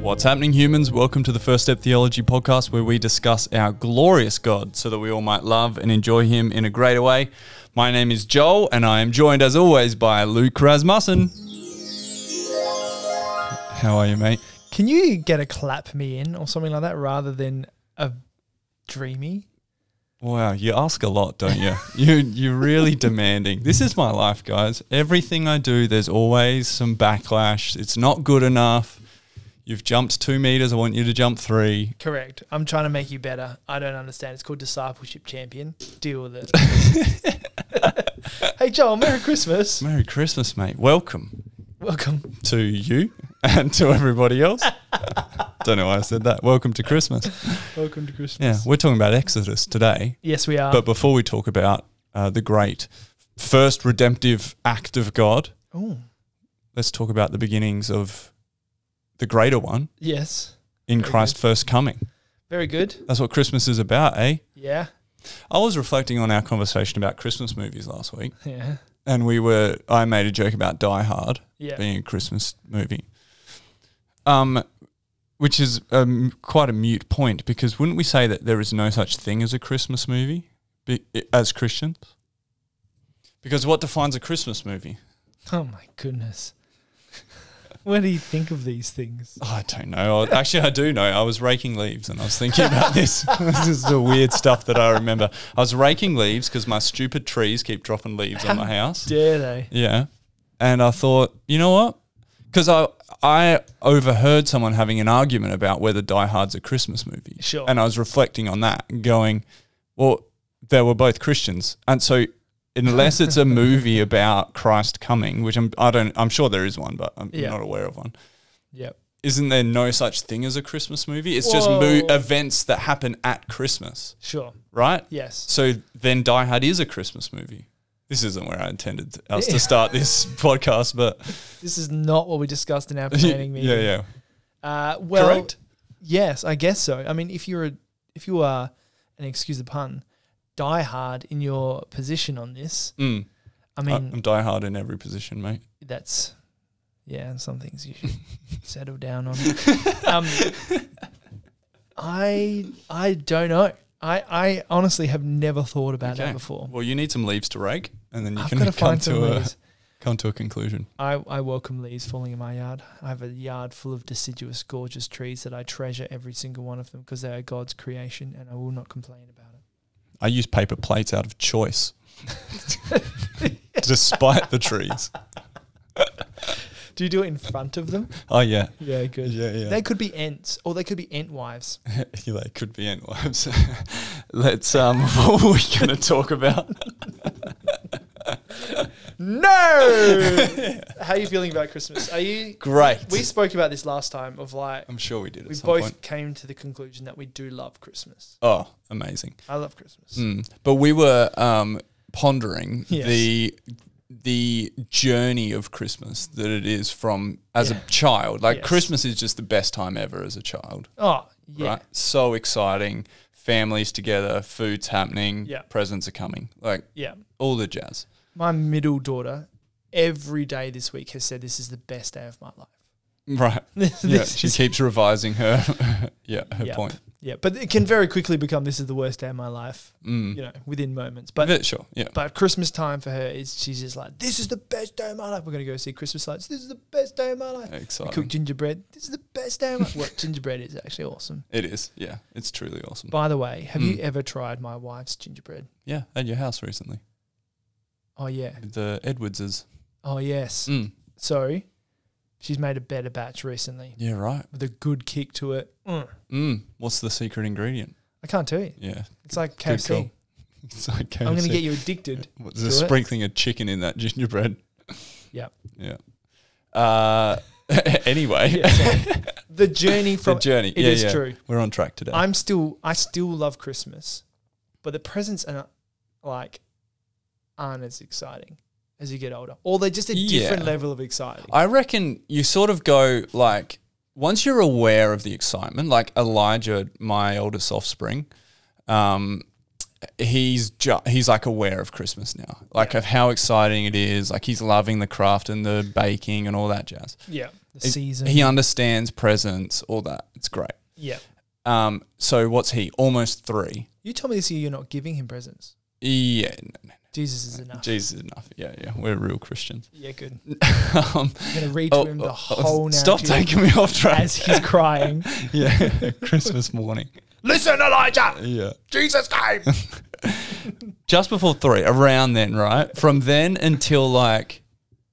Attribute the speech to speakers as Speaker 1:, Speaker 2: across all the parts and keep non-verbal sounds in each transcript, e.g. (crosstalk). Speaker 1: What's happening, humans? Welcome to the First Step Theology podcast, where we discuss our glorious God so that we all might love and enjoy Him in a greater way. My name is Joel, and I am joined, as always, by Luke Rasmussen. How are you, mate?
Speaker 2: Can you get a clap me in or something like that rather than a dreamy?
Speaker 1: Wow, you ask a lot, don't you? you you're really demanding. This is my life, guys. Everything I do, there's always some backlash. It's not good enough. You've jumped two meters. I want you to jump three.
Speaker 2: Correct. I'm trying to make you better. I don't understand. It's called discipleship champion. Deal with (laughs) it. hey, Joel, Merry Christmas.
Speaker 1: Merry Christmas, mate. Welcome.
Speaker 2: Welcome.
Speaker 1: to you and to everybody else. Don't know why I said that. Welcome to Christmas.
Speaker 2: Welcome to
Speaker 1: Yeah,
Speaker 2: Christmas.
Speaker 1: we're talking about Exodus today.
Speaker 2: Yes, we are.
Speaker 1: But before we talk about uh, the great first redemptive act of God,
Speaker 2: oh,
Speaker 1: let's talk about the beginnings of the greater one
Speaker 2: yes.
Speaker 1: in
Speaker 2: Very
Speaker 1: Christ's first coming.
Speaker 2: Very good.
Speaker 1: That's what Christmas is about, eh?
Speaker 2: Yeah.
Speaker 1: I was reflecting on our conversation about Christmas movies last week,
Speaker 2: Yeah.
Speaker 1: and we were I made a joke about Die Hard.
Speaker 2: Yeah.
Speaker 1: being a Christmas movie. Um, which is um, quite a mute point because wouldn't we say that there is no such thing as a Christmas movie be, as Christians? Because what defines a Christmas movie?
Speaker 2: Oh, my goodness. (laughs) what do you think of these things?
Speaker 1: Oh, I don't know. I- Actually, I do know. I was raking leaves and I was thinking about this. (laughs) this is the weird stuff that I remember. I was raking leaves because my stupid trees keep dropping leaves on my house.
Speaker 2: Dare they?
Speaker 1: Yeah. And I thought, you know what? Because I I overheard someone having an argument about whether Die Hard's a Christmas movie.
Speaker 2: Sure.
Speaker 1: And I was reflecting on that, and going, well, they were both Christians, and so unless it's a
Speaker 2: (laughs)
Speaker 1: movie about Christ coming, which I'm I don't I'm sure there is one, but I'm
Speaker 2: Yeah.
Speaker 1: not aware of one.
Speaker 2: Yep.
Speaker 1: Isn't there no such thing as a Christmas movie? It's just mo-
Speaker 2: Whoa.
Speaker 1: events that happen at Christmas,
Speaker 2: Sure.
Speaker 1: right?
Speaker 2: Yes.
Speaker 1: So then Die Hard is a Christmas movie. This isn't where I intended us to start
Speaker 2: (laughs)
Speaker 1: this podcast, but
Speaker 2: This is not what we discussed (laughs) in
Speaker 1: (laughs)
Speaker 2: our planning meeting.
Speaker 1: yeah, yeah.
Speaker 2: Uh, well,
Speaker 1: Correct?
Speaker 2: Yes, I guess so. I mean, if you're a, if you are, and excuse the pun, diehard in your position on this,
Speaker 1: Mm.
Speaker 2: I
Speaker 1: I
Speaker 2: mean,
Speaker 1: am die hard in every position, mate.
Speaker 2: that's yeah. and Some things you should
Speaker 1: (laughs)
Speaker 2: settle down on. Um, I I don't know. I I honestly have never thought about
Speaker 1: Okay.
Speaker 2: that before.
Speaker 1: Well, you need some leaves to rake, and then you
Speaker 2: I've
Speaker 1: can
Speaker 2: got to
Speaker 1: come
Speaker 2: find some
Speaker 1: to a
Speaker 2: leaves.
Speaker 1: come to a conclusion.
Speaker 2: I, I welcome leaves falling in my yard. I have a yard full of deciduous, gorgeous trees that I treasure every single one of them because they are God's creation, and I will not complain about it.
Speaker 1: I use paper plates out of
Speaker 2: (laughs)
Speaker 1: choice, despite the trees.
Speaker 2: Do you do it in front of them?
Speaker 1: Oh yeah,
Speaker 2: (laughs) Yeah, good.
Speaker 1: yeah, yeah.
Speaker 2: They could be ants, or they could be ant wives.
Speaker 1: (laughs) Yeah, they could be antwives. (laughs) Let's um, (laughs) what were we going to talk about?
Speaker 2: (laughs) (laughs) No. How are you feeling about Christmas? Are you?
Speaker 1: Great.
Speaker 2: We spoke about this last time. Of like,
Speaker 1: I'm sure we did. At
Speaker 2: we
Speaker 1: some
Speaker 2: both
Speaker 1: Point.
Speaker 2: came to the conclusion that we do love Christmas.
Speaker 1: Oh, amazing.
Speaker 2: I love Christmas.
Speaker 1: Mm. But we were um, pondering
Speaker 2: Yes.
Speaker 1: the the journey of Christmas that it is from as
Speaker 2: Yeah.
Speaker 1: a child. Like
Speaker 2: Yes.
Speaker 1: Christmas is just the best time ever as a child.
Speaker 2: Oh yeah,
Speaker 1: Right? So exciting. Families together, food's happening,
Speaker 2: Yeah.
Speaker 1: presents are coming. Like
Speaker 2: yeah.
Speaker 1: all the jazz. (laughs)
Speaker 2: My middle daughter, every day this week has said this is the best day of my life.
Speaker 1: Right.
Speaker 2: (laughs) This,
Speaker 1: Yeah,
Speaker 2: this
Speaker 1: she
Speaker 2: is-
Speaker 1: keeps revising her (laughs) yeah, her
Speaker 2: Yep.
Speaker 1: point.
Speaker 2: yeah, but it can very quickly become this is the worst day of my life.
Speaker 1: Mm.
Speaker 2: You know, within moments. But
Speaker 1: Yeah, sure. Yeah.
Speaker 2: But Christmas time for her is she's just like, this is the best day of my life. We're gonna go see Christmas lights. This is the best day of my life. We cook
Speaker 1: Exciting.
Speaker 2: gingerbread. This is the best day
Speaker 1: (laughs)
Speaker 2: of my life. Well, gingerbread is actually awesome.
Speaker 1: It is. Yeah. It's truly awesome.
Speaker 2: By the way, have you
Speaker 1: Mm.
Speaker 2: ever tried my wife's gingerbread?
Speaker 1: yeah, at your house recently.
Speaker 2: Oh yeah.
Speaker 1: The Edwardses.
Speaker 2: Oh yes.
Speaker 1: Mm.
Speaker 2: So she's made a better batch recently
Speaker 1: Yeah, right.
Speaker 2: with a good kick to it. Mm.
Speaker 1: Mm, what's the secret ingredient?
Speaker 2: I can't tell you.
Speaker 1: Yeah, (laughs)
Speaker 2: It's like
Speaker 1: Good
Speaker 2: KFC.
Speaker 1: call. it's like KFC.
Speaker 2: I'm gonna get you
Speaker 1: (laughs)
Speaker 2: addicted.
Speaker 1: What's the
Speaker 2: to it.
Speaker 1: sprinkling of chicken in that gingerbread?
Speaker 2: (laughs) Yep.
Speaker 1: Yeah. Uh, (laughs) anyway,
Speaker 2: Yeah, sorry. the journey
Speaker 1: (laughs) the
Speaker 2: from it is
Speaker 1: journey. yeah, yeah.
Speaker 2: true.
Speaker 1: We're on track today.
Speaker 2: I'm still I still love Christmas, but the presents are not, like aren't as exciting as you get older, or they're just a different
Speaker 1: Yeah.
Speaker 2: level of exciting.
Speaker 1: I reckon you sort of go like once you're aware of the excitement, like Elijah, my oldest offspring, um, he's ju- he's like aware of Christmas now, like of how exciting it is. Like he's loving the craft and the baking and all that jazz.
Speaker 2: Yeah. The
Speaker 1: It-
Speaker 2: season.
Speaker 1: He understands presents, all that. It's great.
Speaker 2: yeah.
Speaker 1: Um, so what's he? Almost three.
Speaker 2: You told me this year you're not giving him presents.
Speaker 1: Yeah, n- n-
Speaker 2: Jesus is enough.
Speaker 1: Jesus, enough. Yeah, yeah, we're real Christians. (laughs)
Speaker 2: Yeah, good.
Speaker 1: um,
Speaker 2: I'm going to read to
Speaker 1: oh,
Speaker 2: him
Speaker 1: oh,
Speaker 2: the
Speaker 1: oh,
Speaker 2: whole
Speaker 1: stop
Speaker 2: narrative
Speaker 1: taking me off track. (laughs)
Speaker 2: (laughs) as he's crying.
Speaker 1: yeah, (laughs) Christmas morning.
Speaker 2: Listen, Elijah.
Speaker 1: Yeah.
Speaker 2: Jesus came.
Speaker 1: (laughs) just before three, around then, right? From then until like,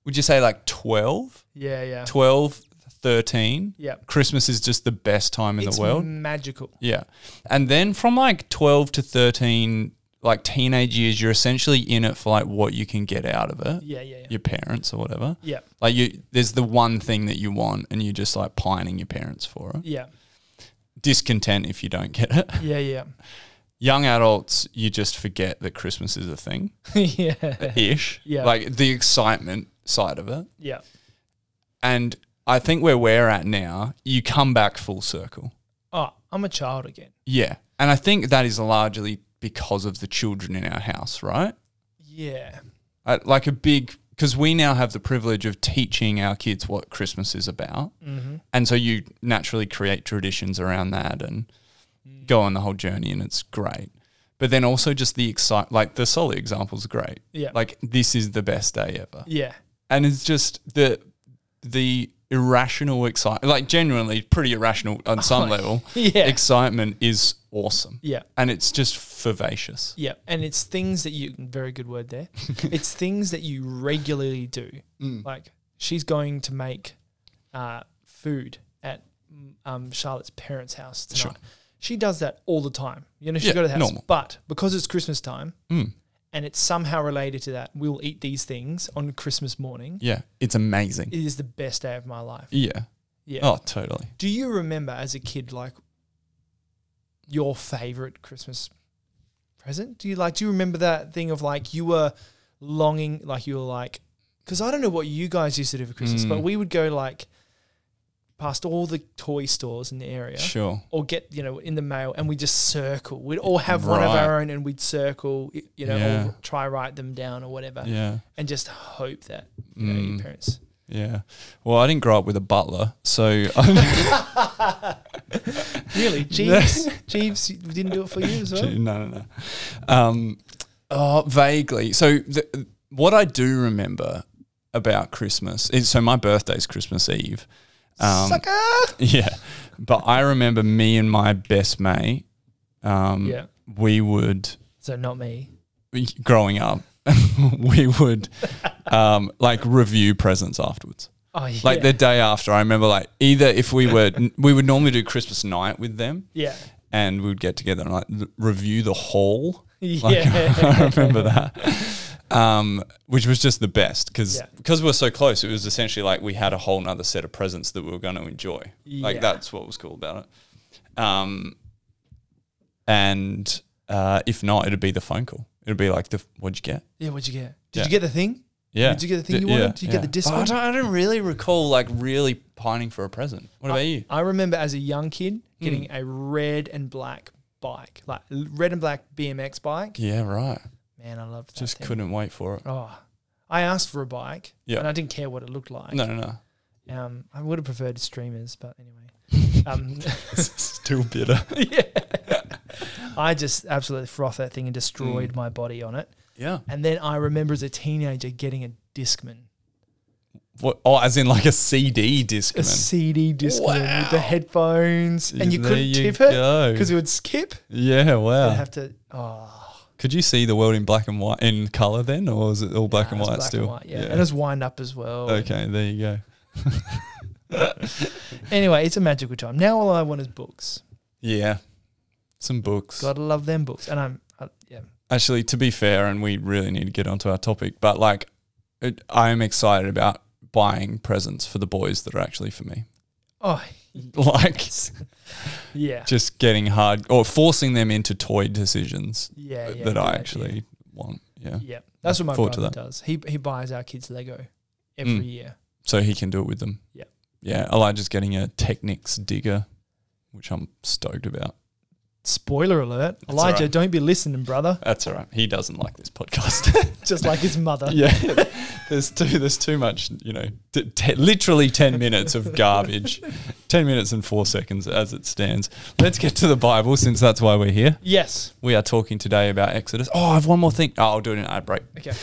Speaker 1: would you say like 12,
Speaker 2: Yeah, yeah.
Speaker 1: 12, 13?
Speaker 2: Yeah.
Speaker 1: Christmas is just the best time in
Speaker 2: It's
Speaker 1: the world.
Speaker 2: magical.
Speaker 1: yeah. And then from like 12 to 13, like teenage years, you're essentially in it for like what you can get out of it,
Speaker 2: Yeah, yeah, yeah.
Speaker 1: your parents or whatever.
Speaker 2: Yeah.
Speaker 1: Like you, there's the one thing that you want, and you're just like pining your parents for it.
Speaker 2: Yeah.
Speaker 1: Discontent if you don't get it. (laughs)
Speaker 2: Yeah, yeah. (laughs)
Speaker 1: Young adults, you just forget that Christmas is a thing.
Speaker 2: yeah.
Speaker 1: ish.
Speaker 2: Yeah.
Speaker 1: Like the excitement side of it.
Speaker 2: Yeah.
Speaker 1: And I think where we're at now, you come back full circle.
Speaker 2: Oh, I'm a child again.
Speaker 1: Yeah. And I think that is largely because of the children in our house, right?
Speaker 2: Yeah.
Speaker 1: I, like a big, because we now have the privilege of teaching our kids what Christmas is about.
Speaker 2: Mm-hmm.
Speaker 1: And so you naturally create traditions around that and
Speaker 2: Mm.
Speaker 1: go on the whole journey, and it's great. But then also just the excite, like the solid example's great.
Speaker 2: Yeah.
Speaker 1: Like this is the best day ever.
Speaker 2: yeah.
Speaker 1: and it's just the the irrational excitement, like genuinely pretty irrational on
Speaker 2: (laughs)
Speaker 1: some level.
Speaker 2: Yeah.
Speaker 1: Excitement is awesome,
Speaker 2: yeah.
Speaker 1: and it's just vivacious.
Speaker 2: Yeah. And it's things that you, very good
Speaker 1: (laughs)
Speaker 2: word there. it's things that you regularly do. Like she's going to make uh, food at um, Charlotte's parents' house tonight.
Speaker 1: Sure.
Speaker 2: She does that all the time. You know, she
Speaker 1: Yeah,
Speaker 2: go to the house.
Speaker 1: normal.
Speaker 2: But because it's Christmas time
Speaker 1: Mm.
Speaker 2: and it's somehow related to that, we'll eat these things on Christmas morning.
Speaker 1: Yeah, it's amazing.
Speaker 2: It is the best day of my life.
Speaker 1: Yeah.
Speaker 2: Yeah.
Speaker 1: Oh, totally.
Speaker 2: Do you remember as a kid, like your favorite Christmas present? Do you like? Do you remember that thing of like you were longing, like you were like, because I don't know what you guys used to do for Christmas,
Speaker 1: Mm.
Speaker 2: but we would go like past all the toy stores in the area.
Speaker 1: Sure.
Speaker 2: Or get you know in the mail, and we just circle. We'd all have one of
Speaker 1: Right.
Speaker 2: our own, and we'd circle, y- you know,
Speaker 1: Yeah.
Speaker 2: or try write them down or whatever,
Speaker 1: Yeah.
Speaker 2: and just hope that you know, your
Speaker 1: Mm.
Speaker 2: parents.
Speaker 1: Yeah. Well, I didn't grow up with a butler, so (laughs)
Speaker 2: (laughs)
Speaker 1: I'm, (laughs)
Speaker 2: Really, Jeeves, Jeeves didn't do it for you as well.
Speaker 1: no, no, no. Um, oh, vaguely. So the, what I do remember about Christmas is so my birthday's Christmas Eve. Um,
Speaker 2: Sucker.
Speaker 1: (laughs) Yeah. But I remember me and my best mate, um,
Speaker 2: Yeah.
Speaker 1: we would,
Speaker 2: So not me.
Speaker 1: growing up, (laughs) we would um, like review presents afterwards.
Speaker 2: Oh yeah.
Speaker 1: Like the day after, I remember like either if we were, (laughs) we would normally do Christmas night with them
Speaker 2: yeah.
Speaker 1: and we would get together and like l- review the haul. Like, (laughs)
Speaker 2: Yeah.
Speaker 1: I remember that. Um, which was just the best because
Speaker 2: Yeah.
Speaker 1: we are so close, it was essentially like we had a whole nother set of presents that we were going to enjoy. Like
Speaker 2: Yeah.
Speaker 1: that's what was cool about it. Um, and uh, if not, it'd be the phone call. It'd be like the what'd you get?
Speaker 2: yeah. What'd you get? Did
Speaker 1: Yeah.
Speaker 2: you get the thing?
Speaker 1: Yeah.
Speaker 2: Did you get the thing
Speaker 1: D-
Speaker 2: you wanted?
Speaker 1: yeah,
Speaker 2: Did you
Speaker 1: yeah.
Speaker 2: get the
Speaker 1: But Oh, I
Speaker 2: discount?
Speaker 1: don't, I don't really recall like really pining for a present. What about you?
Speaker 2: I remember as a young kid
Speaker 1: Hmm.
Speaker 2: getting a red and black bike, like l- red and black BMX bike.
Speaker 1: Yeah, right.
Speaker 2: Man, I loved that.
Speaker 1: Just
Speaker 2: thing.
Speaker 1: couldn't wait for it.
Speaker 2: Oh, I asked for a bike.
Speaker 1: Yeah.
Speaker 2: And I didn't care what it looked like.
Speaker 1: No, no, (laughs) no.
Speaker 2: Um, I would have preferred streamers, but anyway.
Speaker 1: (laughs)
Speaker 2: Um, (laughs)
Speaker 1: Still bitter.
Speaker 2: yeah. I just absolutely frothed that thing and destroyed
Speaker 1: Hmm.
Speaker 2: my body on it.
Speaker 1: (laughs) Yeah.
Speaker 2: And then I remember as a teenager getting a Discman.
Speaker 1: What, oh, as in like a CD disc.
Speaker 2: a CD disc with the
Speaker 1: Wow.
Speaker 2: headphones, and you
Speaker 1: There
Speaker 2: couldn't
Speaker 1: you
Speaker 2: tip it
Speaker 1: go.
Speaker 2: because it would skip.
Speaker 1: Yeah,
Speaker 2: You'd
Speaker 1: wow.
Speaker 2: have to. Oh,
Speaker 1: Could you see the world in black and white in color then, or was it all black
Speaker 2: nah,
Speaker 1: and
Speaker 2: it was
Speaker 1: white still?
Speaker 2: white, yeah. and it was wind up as well.
Speaker 1: okay, there you go.
Speaker 2: Anyway, it's a magical time. Now all I want is books.
Speaker 1: Yeah, some books.
Speaker 2: Gotta love them books, and I'm I, yeah.
Speaker 1: Actually, to be fair, and we really need to get onto our topic, but like, it, I am excited about buying presents for the boys that are actually for me.
Speaker 2: Oh
Speaker 1: (laughs) Like,
Speaker 2: yeah,
Speaker 1: just getting hard or forcing them into toy decisions
Speaker 2: yeah, yeah
Speaker 1: that
Speaker 2: good
Speaker 1: I
Speaker 2: idea.
Speaker 1: actually want. Yeah,
Speaker 2: yeah. That's what my
Speaker 1: Forward to
Speaker 2: brother does. He he buys our kids Lego every
Speaker 1: Mm.
Speaker 2: year.
Speaker 1: so he can do it with them.
Speaker 2: Yeah.
Speaker 1: yeah. Elijah's getting a Technics digger, which I'm stoked about.
Speaker 2: Spoiler alert.
Speaker 1: all
Speaker 2: Elijah,
Speaker 1: right.
Speaker 2: don't be listening, brother.
Speaker 1: That's all right. He doesn't like this podcast.
Speaker 2: Just like his mother.
Speaker 1: (laughs) yeah, there's too there's too much. You know, t- te- literally ten minutes of garbage, ten minutes and four seconds as it stands. Let's get to the Bible since that's why we're here.
Speaker 2: Yes.
Speaker 1: We are talking today about Exodus. Oh, I have one more thing. Oh, I'll do it in ad break.
Speaker 2: Okay.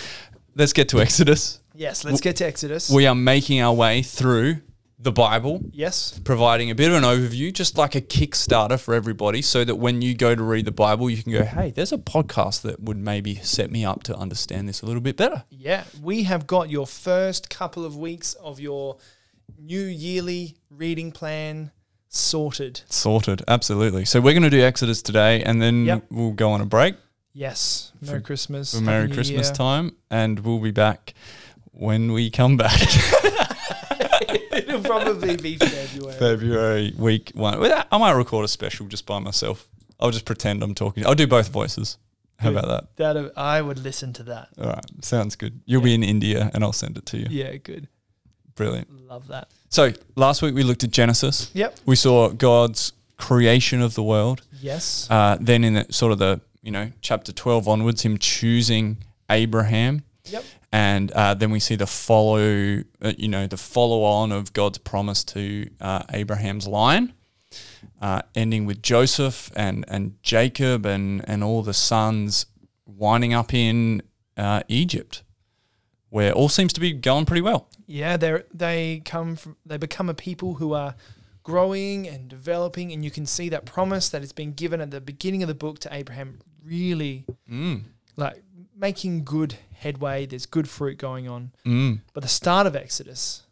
Speaker 1: Let's get to Exodus.
Speaker 2: Yes, let's get to Exodus.
Speaker 1: We are making our way through the Bible.
Speaker 2: yes.
Speaker 1: providing a bit of an overview, just like a Kickstarter for everybody, so that when you go to read the Bible, you can go, hey, there's a podcast that would maybe set me up to understand this a little bit better.
Speaker 2: Yeah. We have got your first couple of weeks of your new yearly reading plan sorted.
Speaker 1: Sorted, absolutely. So we're going to do Exodus today, and then
Speaker 2: Yep.
Speaker 1: we'll go on a break
Speaker 2: Yes. Merry Christmas.
Speaker 1: for Merry
Speaker 2: Happy New
Speaker 1: Christmas
Speaker 2: Year.
Speaker 1: time, and we'll be back when we come back
Speaker 2: (laughs) It'll
Speaker 1: (laughs)
Speaker 2: probably be February.
Speaker 1: February week one. Well, I might record a special just by myself. I'll just pretend I'm talking. I'll do both voices. How
Speaker 2: Good.
Speaker 1: about that?
Speaker 2: That I would listen to that.
Speaker 1: All right, sounds good. You'll be in India, and I'll send it to you.
Speaker 2: Yeah, good.
Speaker 1: Brilliant.
Speaker 2: Love that.
Speaker 1: So last week we looked at Genesis.
Speaker 2: Yep.
Speaker 1: We saw God's creation of the world.
Speaker 2: Yes.
Speaker 1: Uh, then in the, sort of the you know chapter twelve onwards, him choosing Abraham,
Speaker 2: Yep.
Speaker 1: and uh, then we see the follow uh, you know the follow on of God's promise to uh, Abraham's line, uh, ending with Joseph and and Jacob and and all the sons winding up in uh, Egypt, where all seems to be going pretty well.
Speaker 2: Yeah, they they come from they become a people who are growing and developing, and you can see that promise that has been given at the beginning of the book to Abraham really
Speaker 1: Mm.
Speaker 2: like making good headway. There's good fruit going on,
Speaker 1: Mm.
Speaker 2: but the start of Exodus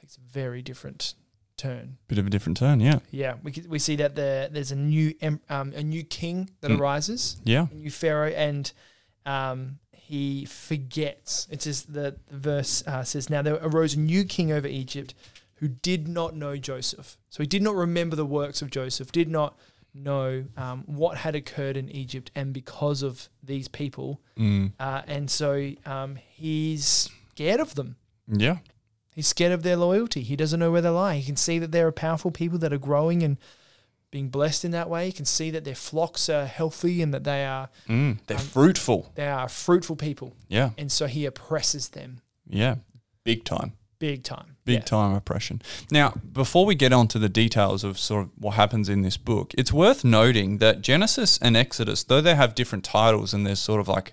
Speaker 2: takes a very different turn.
Speaker 1: Bit of a different turn, yeah.
Speaker 2: Yeah, we c- we see that there there's a new em- um, a new king that
Speaker 1: Mm.
Speaker 2: arises,
Speaker 1: Yeah.
Speaker 2: a new pharaoh, and um, he forgets. It says the, the verse uh, says, "Now there arose a new king over Egypt, who did not know Joseph. So he did not remember the works of Joseph. Did not know um, what had occurred in Egypt, and because of these people,
Speaker 1: Mm.
Speaker 2: uh, and so um, he's scared of them.
Speaker 1: Yeah.
Speaker 2: He's scared of their loyalty. He doesn't know where they lie. He can see that there are powerful people that are growing and." Being blessed in that way, he can see that their flocks are healthy and that they are
Speaker 1: Mm. They're
Speaker 2: Um,
Speaker 1: fruitful.
Speaker 2: they are fruitful people.
Speaker 1: Yeah.
Speaker 2: and so he oppresses them
Speaker 1: Yeah. Big time.
Speaker 2: big time.
Speaker 1: Big
Speaker 2: Yeah.
Speaker 1: time oppression. Now, before we get on to the details of sort of what happens in this book, it's worth noting that Genesis and Exodus, though they have different titles and there's sort of like,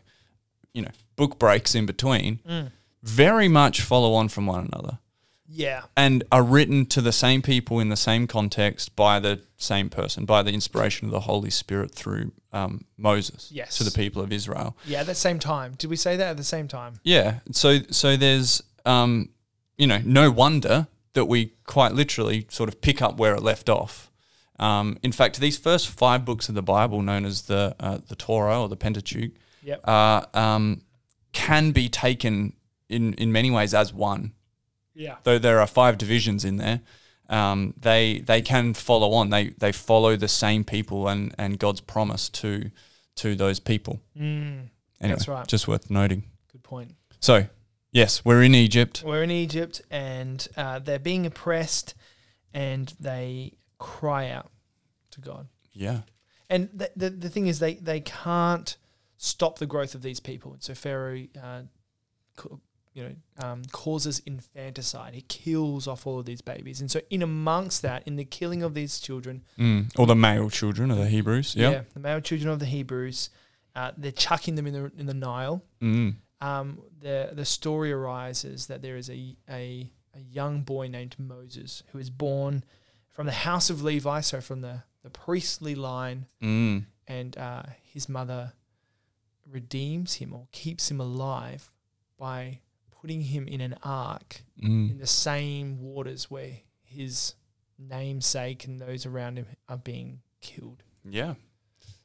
Speaker 1: you know, book breaks in between,
Speaker 2: Mm.
Speaker 1: very much follow on from one another
Speaker 2: Yeah,
Speaker 1: and are written to the same people in the same context by the same person, by the inspiration of the Holy Spirit through um, Moses
Speaker 2: Yes.
Speaker 1: to the people of Israel.
Speaker 2: yeah. At the same time, did we say that at the same time?
Speaker 1: Yeah. So so there's um you know no wonder that we quite literally sort of pick up where it left off. Um, in fact, these first five books of the Bible, known as the uh, the Torah or the Pentateuch,
Speaker 2: Yep.
Speaker 1: uh, um, can be taken in in many ways as one.
Speaker 2: Yeah.
Speaker 1: Though there are five divisions in there, um, they they can follow on. They they follow the same people and and God's promise to to those people.
Speaker 2: Mm,
Speaker 1: Anyway,
Speaker 2: That's right.
Speaker 1: just worth noting.
Speaker 2: good point.
Speaker 1: So yes, we're in Egypt.
Speaker 2: We're in Egypt, and uh, they're being oppressed, and they cry out to God.
Speaker 1: Yeah.
Speaker 2: And the the, the thing is, they they can't stop the growth of these people. And so Pharaoh, uh, co- you know, um, causes infanticide. He kills off all of these babies, and so in amongst that, in the killing of these children,
Speaker 1: Mm. Or the male children of the Hebrews. Yeah.
Speaker 2: the male children of the Hebrews. Uh, they're chucking them in the in the Nile.
Speaker 1: Mm.
Speaker 2: Um, the the story arises that there is a, a a young boy named Moses who is born from the house of Levi, so from the the priestly line,
Speaker 1: Mm.
Speaker 2: and uh, his mother redeems him or keeps him alive by putting him in an ark in
Speaker 1: Mm.
Speaker 2: the same waters where his namesake and those around him are being killed.
Speaker 1: Yeah.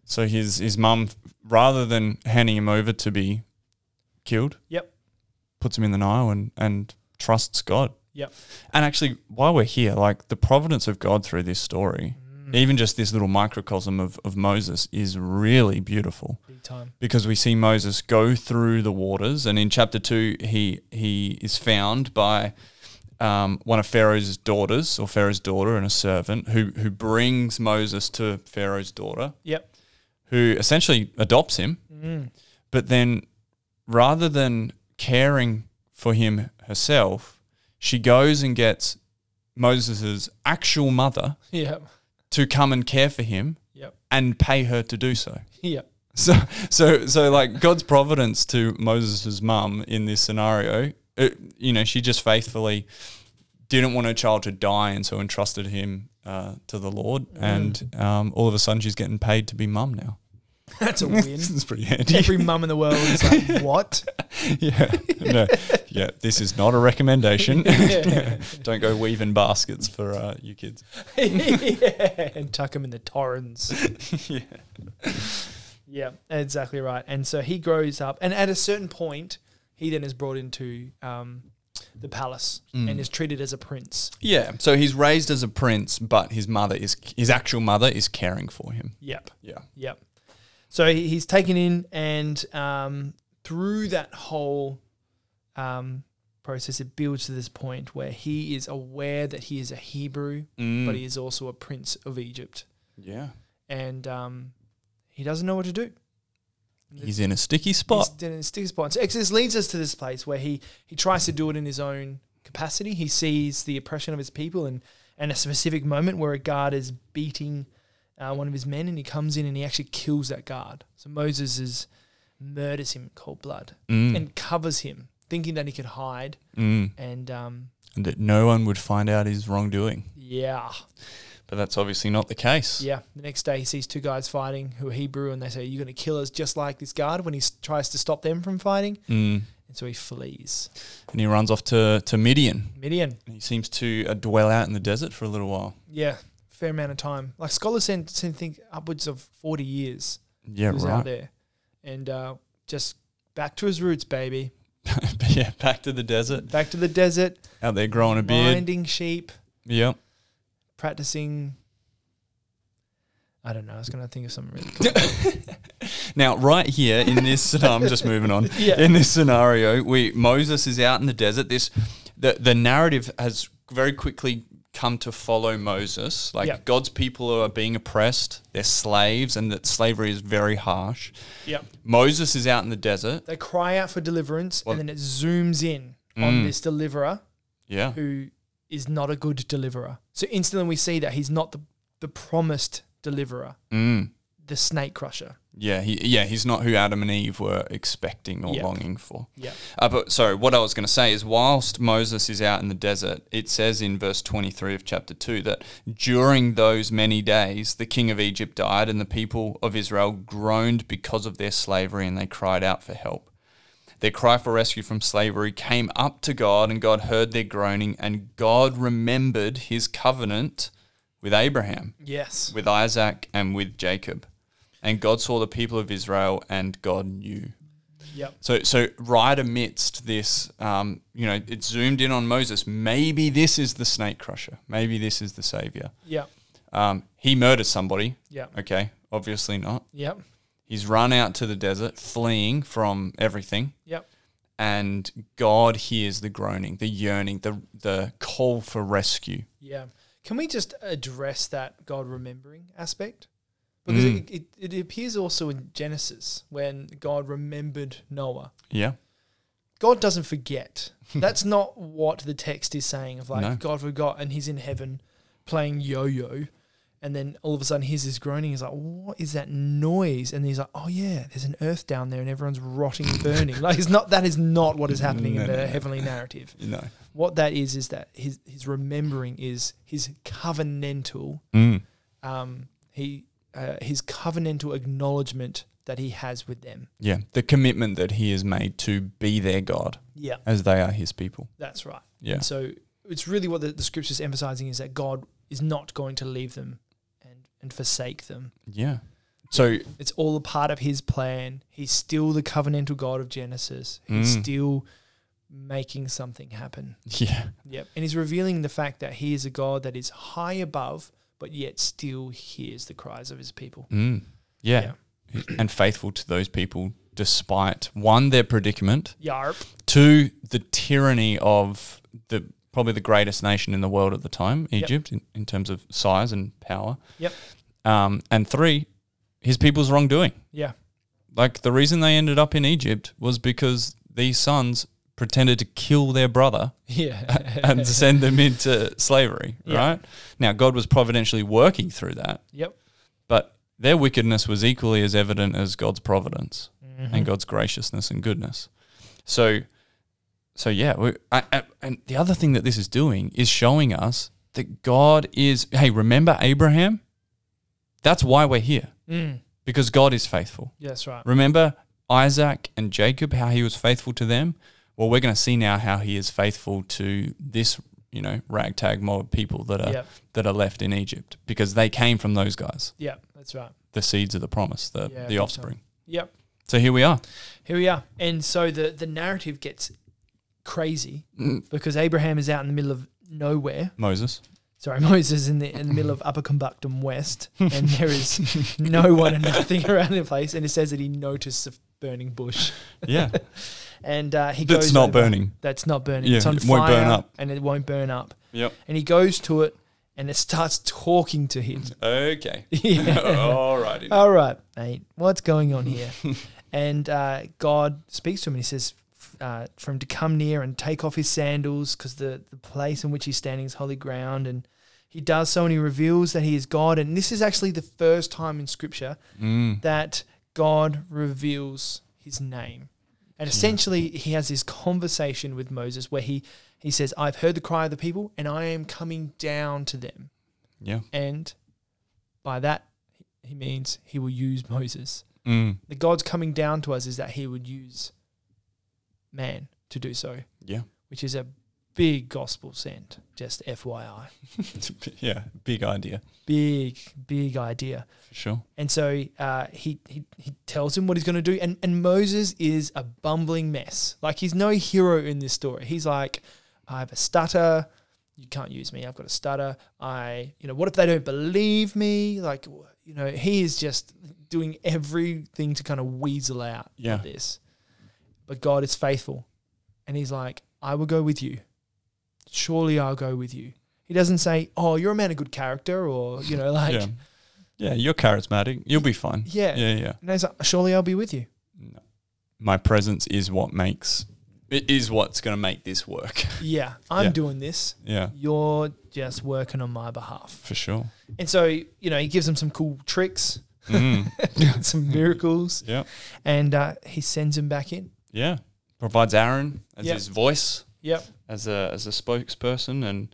Speaker 1: So his his mum, rather than handing him over to be killed,
Speaker 2: Yep.
Speaker 1: puts him in the Nile and and trusts God.
Speaker 2: Yep.
Speaker 1: And actually, while we're here, like the providence of God through this story,
Speaker 2: Mm,
Speaker 1: even just this little microcosm of of Moses, is really beautiful.
Speaker 2: Big time.
Speaker 1: because we see Moses go through the waters, and in chapter two, he he is found by um, one of Pharaoh's daughters or Pharaoh's daughter and a servant who who brings Moses to Pharaoh's daughter,
Speaker 2: Yep.
Speaker 1: who essentially adopts him,
Speaker 2: Mm. (laughs)
Speaker 1: but then rather than caring for him herself, she goes and gets Moses' actual mother
Speaker 2: Yep.
Speaker 1: to come and care for him
Speaker 2: Yep.
Speaker 1: and pay her to do so.
Speaker 2: Yep. (laughs)
Speaker 1: So, so, so, like God's providence to Moses' mum in this scenario, it, you know, she just faithfully didn't want her child to die, and so entrusted him uh, to the Lord. And um, all of a sudden, she's getting paid to be mum (laughs) now.
Speaker 2: That's a win.
Speaker 1: This is pretty handy.
Speaker 2: Every mum in the world is like, what?
Speaker 1: (laughs) yeah, no, yeah. This is not a (laughs) recommendation.
Speaker 2: Yeah.
Speaker 1: Don't go weaving baskets for uh, you kids.
Speaker 2: (laughs) yeah. And tuck him in the torrens.
Speaker 1: yeah.
Speaker 2: Yeah, exactly right. And so he grows up, and at a certain point, he then is brought into um, the palace and is treated as a prince.
Speaker 1: Yeah. So he's raised as a prince, but his mother is his actual mother is caring for him.
Speaker 2: Yep,
Speaker 1: Yeah.
Speaker 2: yep. So he, he's taken in, and um, through that whole um, process, it builds to this point where he is aware that he is a Hebrew, but he is also a prince of Egypt,
Speaker 1: Mm. Yeah.
Speaker 2: and um, he doesn't know what to do.
Speaker 1: He's in a sticky spot.
Speaker 2: He's in a sticky spot. So Exodus leads us to this place where he he tries to do it in his own capacity. He sees the oppression of his people and and a specific moment where a guard is beating uh, one of his men and he comes in and he actually kills that guard. So Moses is murders him in cold blood
Speaker 1: Mm.
Speaker 2: and covers him, thinking that he could hide.
Speaker 1: Mm.
Speaker 2: And um,
Speaker 1: And that no one would find out his wrongdoing.
Speaker 2: yeah,
Speaker 1: But that's obviously not the case.
Speaker 2: yeah. The next day he sees two guys fighting who are Hebrew and they say, "You're going to kill us just like this guard." When he s- tries to stop them from fighting,
Speaker 1: Mm.
Speaker 2: and so he flees.
Speaker 1: And he runs off to, to Midian.
Speaker 2: Midian.
Speaker 1: He seems to uh, dwell out in the desert for a little while.
Speaker 2: Yeah, fair amount of time. Like scholars seem seem to think upwards of forty years
Speaker 1: Yeah,
Speaker 2: he was out
Speaker 1: right.
Speaker 2: there, and uh, just back to his roots, baby.
Speaker 1: (laughs) But yeah, back to the desert,
Speaker 2: Back to the desert,
Speaker 1: out there growing a beard.
Speaker 2: minding sheep,
Speaker 1: Yeah.
Speaker 2: practicing. I don't know. I was going to think of something really cool.
Speaker 1: Now, right here in
Speaker 2: (laughs)
Speaker 1: this, I'm just moving on.
Speaker 2: Yeah.
Speaker 1: In this scenario, we Moses is out in the desert. This, the the narrative has very quickly come to follow Moses. Like
Speaker 2: Yeah.
Speaker 1: God's people are being oppressed, they're slaves, and that slavery is very harsh.
Speaker 2: yep.
Speaker 1: Moses is out in the desert.
Speaker 2: They cry out for deliverance,
Speaker 1: Well-
Speaker 2: and then it zooms in on
Speaker 1: Mm.
Speaker 2: this deliverer
Speaker 1: Yeah.
Speaker 2: who is not a good deliverer. So instantly we see that he's not the, the promised deliverer,
Speaker 1: Mm.
Speaker 2: the snake crusher.
Speaker 1: Yeah. He, yeah. He's not who Adam and Eve were expecting or
Speaker 2: Yeah.
Speaker 1: longing for.
Speaker 2: Yeah.
Speaker 1: Uh, but sorry, what I was going to say is, whilst Moses is out in the desert, it says in verse 23 of chapter 2 that during those many days, the king of Egypt died, and the people of Israel groaned because of their slavery, and they cried out for help. Their cry for rescue from slavery came up to God, and God heard their groaning, and God remembered his covenant with Abraham,
Speaker 2: Yes.
Speaker 1: with Isaac, and with Jacob. And God saw the people of Israel, and God knew.
Speaker 2: Yep.
Speaker 1: So, so right amidst this, um, you know, it zoomed in on Moses. Maybe this is the snake crusher. Maybe this is the savior.
Speaker 2: Yep.
Speaker 1: Um, he murders somebody.
Speaker 2: Yep.
Speaker 1: Okay, obviously not.
Speaker 2: Yep.
Speaker 1: He's run out to the desert, fleeing from everything,
Speaker 2: Yep.
Speaker 1: and God hears the groaning, the yearning, the the call for rescue.
Speaker 2: Yeah. Can we just address that God remembering aspect? Because
Speaker 1: Mm.
Speaker 2: it, it, it appears also in Genesis when God remembered Noah.
Speaker 1: Yeah,
Speaker 2: God doesn't
Speaker 1: (laughs)
Speaker 2: forget. That's not what the text is saying of like
Speaker 1: No.
Speaker 2: God forgot and he's in heaven playing yo yo. And then all of a sudden here's this groaning. He's like, what is that noise? And he's like, oh yeah, there's an earth down there and everyone's rotting
Speaker 1: (laughs)
Speaker 2: and burning. like it's not, that is not what is happening
Speaker 1: No,
Speaker 2: in
Speaker 1: no,
Speaker 2: the
Speaker 1: no.
Speaker 2: heavenly narrative.
Speaker 1: you know.
Speaker 2: What that is, is that his, his remembering is his covenantal
Speaker 1: Mm.
Speaker 2: um, he uh, his covenantal acknowledgement that he has with them.
Speaker 1: Yeah, the commitment that he has made to be their God
Speaker 2: Yeah,
Speaker 1: as they are his people.
Speaker 2: that's right.
Speaker 1: Yeah,
Speaker 2: And so it's really what the, the scriptures emphasizing is that God is not going to leave them and and forsake them.
Speaker 1: yeah. So
Speaker 2: It's all a part of His plan. He's still the covenantal God of Genesis. He's
Speaker 1: Mm.
Speaker 2: still making something happen.
Speaker 1: (laughs) yeah.
Speaker 2: Yep. And he's revealing the fact that he is a God that is high above, but yet still hears the cries of his people.
Speaker 1: Mm. Yeah. (clears throat) and faithful to those people despite one, their predicament,
Speaker 2: Yarp.
Speaker 1: two, the tyranny of the probably the greatest nation in the world at the time, Egypt, in, in terms of size and power.
Speaker 2: Yep.
Speaker 1: Um, and three, his people's wrongdoing.
Speaker 2: Yeah.
Speaker 1: Like the reason they ended up in Egypt was because these sons pretended to kill their brother
Speaker 2: Yeah.
Speaker 1: (laughs)
Speaker 2: (laughs)
Speaker 1: and send them into slavery,
Speaker 2: Yeah.
Speaker 1: right? Now, God was providentially working through that,
Speaker 2: Yep.
Speaker 1: but their wickedness was equally as evident as God's providence
Speaker 2: Mhm.
Speaker 1: and God's graciousness and goodness. So, so yeah, we, I, I, and the other thing that this is doing is showing us that God is. Hey, remember Abraham? That's why we're here
Speaker 2: Mm.
Speaker 1: because God is faithful.
Speaker 2: Yeah, that's right.
Speaker 1: Remember Isaac and Jacob, how he was faithful to them? Well, we're going to see now how he is faithful to this, you know, ragtag mob of people that are
Speaker 2: Yep.
Speaker 1: that are left in Egypt because they came from those guys,
Speaker 2: Yep. That's right.
Speaker 1: the seeds of the promise, the,
Speaker 2: Yeah, I think
Speaker 1: the
Speaker 2: so.
Speaker 1: offspring.
Speaker 2: Yep.
Speaker 1: So here we are.
Speaker 2: Here we are. And so the, the narrative gets crazy
Speaker 1: Mm,
Speaker 2: because Abraham is out in the middle of nowhere.
Speaker 1: Moses.
Speaker 2: Sorry, Moses in the in the middle of Upper Conductum West, (laughs) and there is no one and nothing (laughs) around the place. And it says that he noticed a burning bush,
Speaker 1: (laughs)
Speaker 2: (laughs)
Speaker 1: Yeah.
Speaker 2: and uh, he goes.
Speaker 1: That's not
Speaker 2: over-
Speaker 1: burning.
Speaker 2: That's not burning.
Speaker 1: Yeah,
Speaker 2: it's on
Speaker 1: it won't burn
Speaker 2: fire
Speaker 1: up.
Speaker 2: and it won't burn up.
Speaker 1: Yep.
Speaker 2: And he goes to it, and it starts talking
Speaker 1: (laughs)
Speaker 2: to him. (laughs)
Speaker 1: Okay. (laughs)
Speaker 2: Yeah.
Speaker 1: All righty.
Speaker 2: All right, mate, what's going
Speaker 1: (laughs)
Speaker 2: on here? and uh, God speaks to him and he says, f- uh, for him to come near and take off his sandals because the, the place in which he's standing is holy ground. And he does so and he reveals that he is God. And this is actually the first time in scripture
Speaker 1: Mm.
Speaker 2: Uh, that God reveals his name. And essentially, he has this conversation with Moses where he, he says, I've heard the cry of the people and I am coming down to them.
Speaker 1: Yeah.
Speaker 2: And by that, he means he will use Moses.
Speaker 1: Mm.
Speaker 2: The God's coming down to us is that he would use man to do so,
Speaker 1: Yeah. (laughs)
Speaker 2: which is a big gospel send, just FYI.
Speaker 1: yeah. Big idea
Speaker 2: Big, big idea.
Speaker 1: for sure.
Speaker 2: And so uh, he, he he tells him what he's going to do, and and Moses is a bumbling mess. Like he's no hero in this story. He's like, I have a stutter. You can't use me. I've got a stutter. I, you know, what if they don't believe me? Like, w- you know, he is just doing everything to kind of weasel out
Speaker 1: Yeah.
Speaker 2: of this. But God is faithful, and He's like, I will go with you. Surely I'll go with you. He doesn't say, "Oh, you're a man of good character," or you know,
Speaker 1: (laughs)
Speaker 2: like,
Speaker 1: yeah. Yeah. You're charismatic. You'll be fine.
Speaker 2: yeah.
Speaker 1: Yeah. Yeah.
Speaker 2: And he's like, surely I'll be with you.
Speaker 1: No. My presence is what makes it is what's going to make this work. (laughs)
Speaker 2: Yeah, I'm
Speaker 1: Yeah.
Speaker 2: doing this.
Speaker 1: Yeah,
Speaker 2: You're just working on my behalf.
Speaker 1: for sure.
Speaker 2: And so, you know, he gives him some cool tricks, (laughs)
Speaker 1: Mm.
Speaker 2: some miracles,
Speaker 1: (laughs) yeah,
Speaker 2: and uh, he sends him back in.
Speaker 1: yeah. Provides Aaron as
Speaker 2: Yeah.
Speaker 1: his voice,
Speaker 2: Yep.
Speaker 1: as a as a spokesperson, and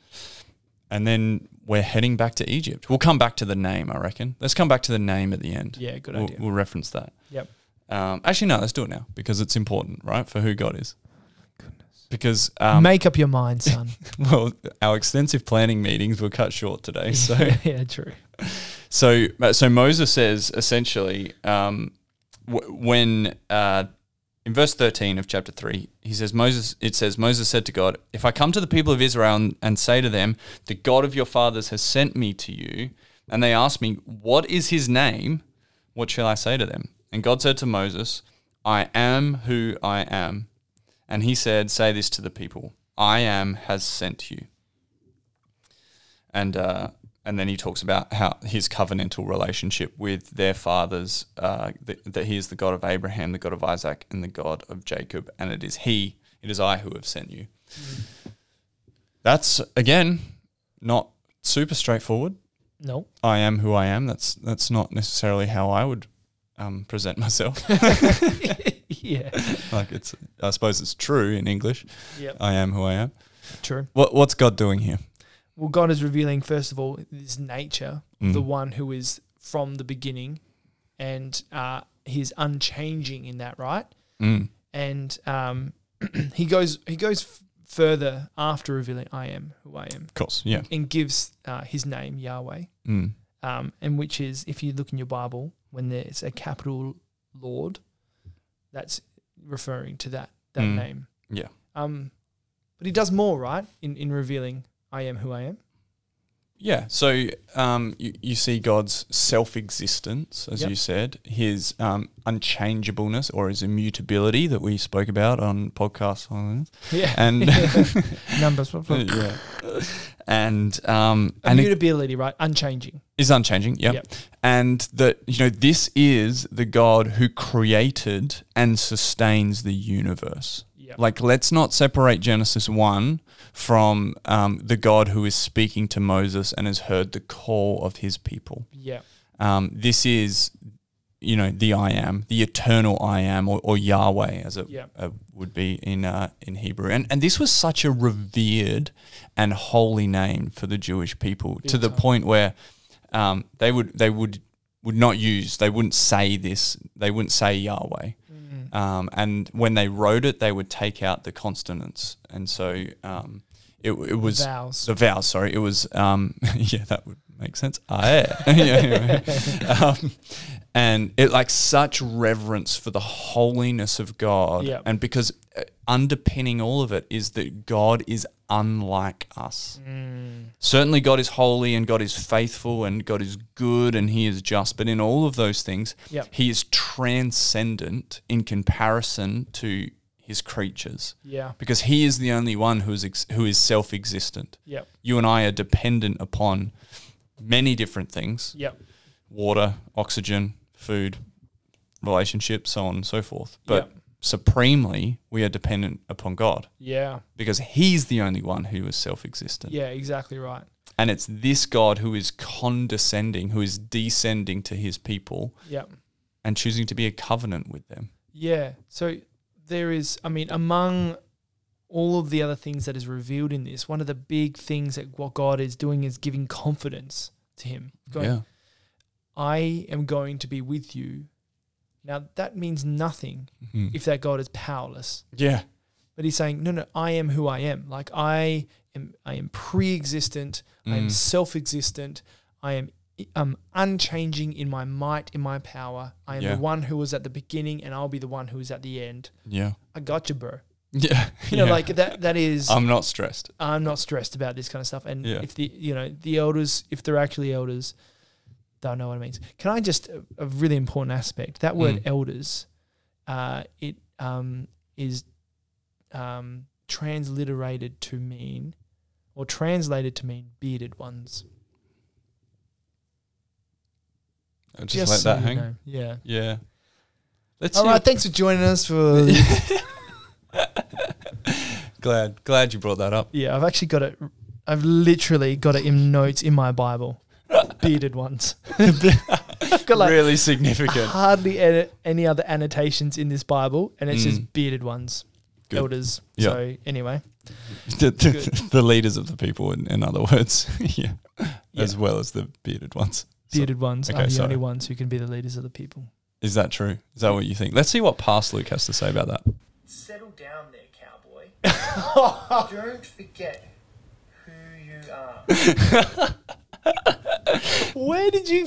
Speaker 1: and then we're heading back to Egypt. We'll come back to the name, I reckon. Let's come back to the name at the end.
Speaker 2: Yeah, good
Speaker 1: we'll,
Speaker 2: idea.
Speaker 1: we'll reference that.
Speaker 2: Yep.
Speaker 1: Um, actually, no. Let's do it now because it's important, right, for who God is. Because um,
Speaker 2: Make up your mind, son.
Speaker 1: (laughs) well, our extensive planning meetings were cut short
Speaker 2: (laughs)
Speaker 1: today, (laughs) so
Speaker 2: yeah, true.
Speaker 1: So, uh, so Moses says essentially, um, w- when uh, in verse thirteen of chapter three, he says, "Moses." It says, "Moses said to God, If I come to the people of Israel and, and say to them, the God of your fathers has sent me to you, and they ask me, what is His name? What shall I say to them?" And God said to Moses, "I am who I am," and He said, "Say this to the people: I am has sent you." and uh, and then he talks about how his covenantal relationship with their fathers, uh, that, that he is the God of Abraham, the God of Isaac, and the God of Jacob, and it is he, it is I who have sent you. That's again not super straightforward.
Speaker 2: No.
Speaker 1: I am who I am. That's that's not necessarily how I would um, present myself.
Speaker 2: (laughs)
Speaker 1: (laughs)
Speaker 2: yeah.
Speaker 1: like it's, I suppose it's true in English.
Speaker 2: Yep.
Speaker 1: I am who I am.
Speaker 2: True.
Speaker 1: What what's God doing here?
Speaker 2: Well, God is revealing, first of all, his nature,
Speaker 1: Mm.
Speaker 2: the one who is from the beginning, and uh, he is unchanging in that, right?
Speaker 1: Mm.
Speaker 2: and um, (clears throat) he goes he goes f- further after revealing I am who I am
Speaker 1: Of course, yeah.
Speaker 2: and gives uh, his name Yahweh,
Speaker 1: Mm.
Speaker 2: um, and which is if you look in your Bible when there's a capital Lord, that's referring to that that
Speaker 1: Mm.
Speaker 2: name.
Speaker 1: Yeah. (laughs)
Speaker 2: Um, but he does more, right? In in revealing I am who I am.
Speaker 1: Yeah. So um, you, you see God's self existence, as
Speaker 2: Yep.
Speaker 1: you said, his um, unchangeableness or his immutability that we spoke about on podcasts. on-
Speaker 2: Yeah.
Speaker 1: And
Speaker 2: (laughs)
Speaker 1: (laughs)
Speaker 2: Numbers. blah, blah.
Speaker 1: yeah. And, um, and it
Speaker 2: Immutability, right? Unchanging.
Speaker 1: is unchanging. Yeah.
Speaker 2: Yep.
Speaker 1: And that, you know, this is the God who created and sustains the universe.
Speaker 2: Yeah.
Speaker 1: Like, let's not separate Genesis 1 from um, the God who is speaking to Moses and has heard the call of his people.
Speaker 2: yeah.
Speaker 1: Um, this is, you know, the I am, the eternal I am, or, or Yahweh, as it
Speaker 2: Yeah.
Speaker 1: uh, would be in, uh, in Hebrew. And, and this was such a revered and holy name for the Jewish people
Speaker 2: Big
Speaker 1: to the
Speaker 2: time.
Speaker 1: point where um, they would, they would, would not use, they wouldn't say this, they wouldn't say Yahweh.
Speaker 2: Mm.
Speaker 1: Um, and when they wrote it, they would take out the consonants, and so um, it, it was
Speaker 2: Vows.
Speaker 1: the vowels. Sorry, it was um, (laughs) yeah, that would make sense. Ah, (laughs) yeah. Yeah, (laughs) anyway. um, and it like such reverence for the holiness of God,
Speaker 2: Yeah.
Speaker 1: and because uh, underpinning all of it is that God is unlike us.
Speaker 2: Mm.
Speaker 1: Certainly, God is holy and God is faithful and God is good and He is just. But in all of those things,
Speaker 2: Yep.
Speaker 1: He is transcendent in comparison to His creatures
Speaker 2: Yeah.
Speaker 1: because He is the only one who is, ex- who is self existent.
Speaker 2: Yep.
Speaker 1: You and I are dependent upon many different things
Speaker 2: Yep.
Speaker 1: water, oxygen, food, relationships, so on and so forth. But supremely, we are dependent upon God
Speaker 2: Yeah.
Speaker 1: because He's the only one who is self existent.
Speaker 2: Yeah. Exactly right.
Speaker 1: And it's this God who is condescending, who is descending to his people
Speaker 2: Yep.
Speaker 1: and choosing to be a covenant with them.
Speaker 2: Yeah. So there is, I mean, among all of the other things that is revealed in this, one of the big things that what God is doing is giving confidence to him. Going,
Speaker 1: Yeah.
Speaker 2: I am going to be with you. Now that means nothing
Speaker 1: Mhm.
Speaker 2: if that God is powerless.
Speaker 1: Yeah.
Speaker 2: But he's saying, No, no, I am who I am. Like I am I am pre existent, I am
Speaker 1: Mm.
Speaker 2: self existent, I am um unchanging in my might, in my power. I am
Speaker 1: Yeah.
Speaker 2: the one who was at the beginning and I'll be the one who is at the end. (laughs)
Speaker 1: Yeah.
Speaker 2: I got you, bro.
Speaker 1: Yeah.
Speaker 2: You know,
Speaker 1: Yeah.
Speaker 2: like that. That is,
Speaker 1: I'm not stressed.
Speaker 2: I'm not stressed about this kind of stuff. And
Speaker 1: Yeah.
Speaker 2: if the, you know, the elders, if they're actually elders, they'll know what it means. Can I just a, a really important aspect? That word
Speaker 1: Mm.
Speaker 2: elders, uh, it um, is um, transliterated to mean, or translated to mean bearded ones.
Speaker 1: I'll just, let
Speaker 2: so
Speaker 1: that
Speaker 2: you
Speaker 1: hang.
Speaker 2: know. Yeah.
Speaker 1: Yeah. Let's
Speaker 2: All
Speaker 1: hear-
Speaker 2: right. Thanks for joining us (laughs) for.
Speaker 1: glad glad you brought that
Speaker 2: (laughs)
Speaker 1: up.
Speaker 2: yeah, I've actually got it. I've literally got it in notes in
Speaker 1: (laughs)
Speaker 2: my Bible. Bearded ones. I've got like
Speaker 1: really significant.
Speaker 2: hardly any, any other annotations in this Bible, and it's
Speaker 1: Mm.
Speaker 2: just bearded ones,
Speaker 1: Good.
Speaker 2: elders.
Speaker 1: Yeah.
Speaker 2: So anyway,
Speaker 1: (laughs) the, the, the leaders of the people in, in other words. (laughs) yeah. As
Speaker 2: Yeah.
Speaker 1: well as the bearded ones. So-
Speaker 2: bearded ones
Speaker 1: okay,
Speaker 2: are the
Speaker 1: sorry.
Speaker 2: only ones who can be the leaders of the people.
Speaker 1: is that true? Is that what you think? Let's see what past Luke has to say about that.
Speaker 3: Settle down there, cowboy. Don't forget who you are.
Speaker 2: Where did you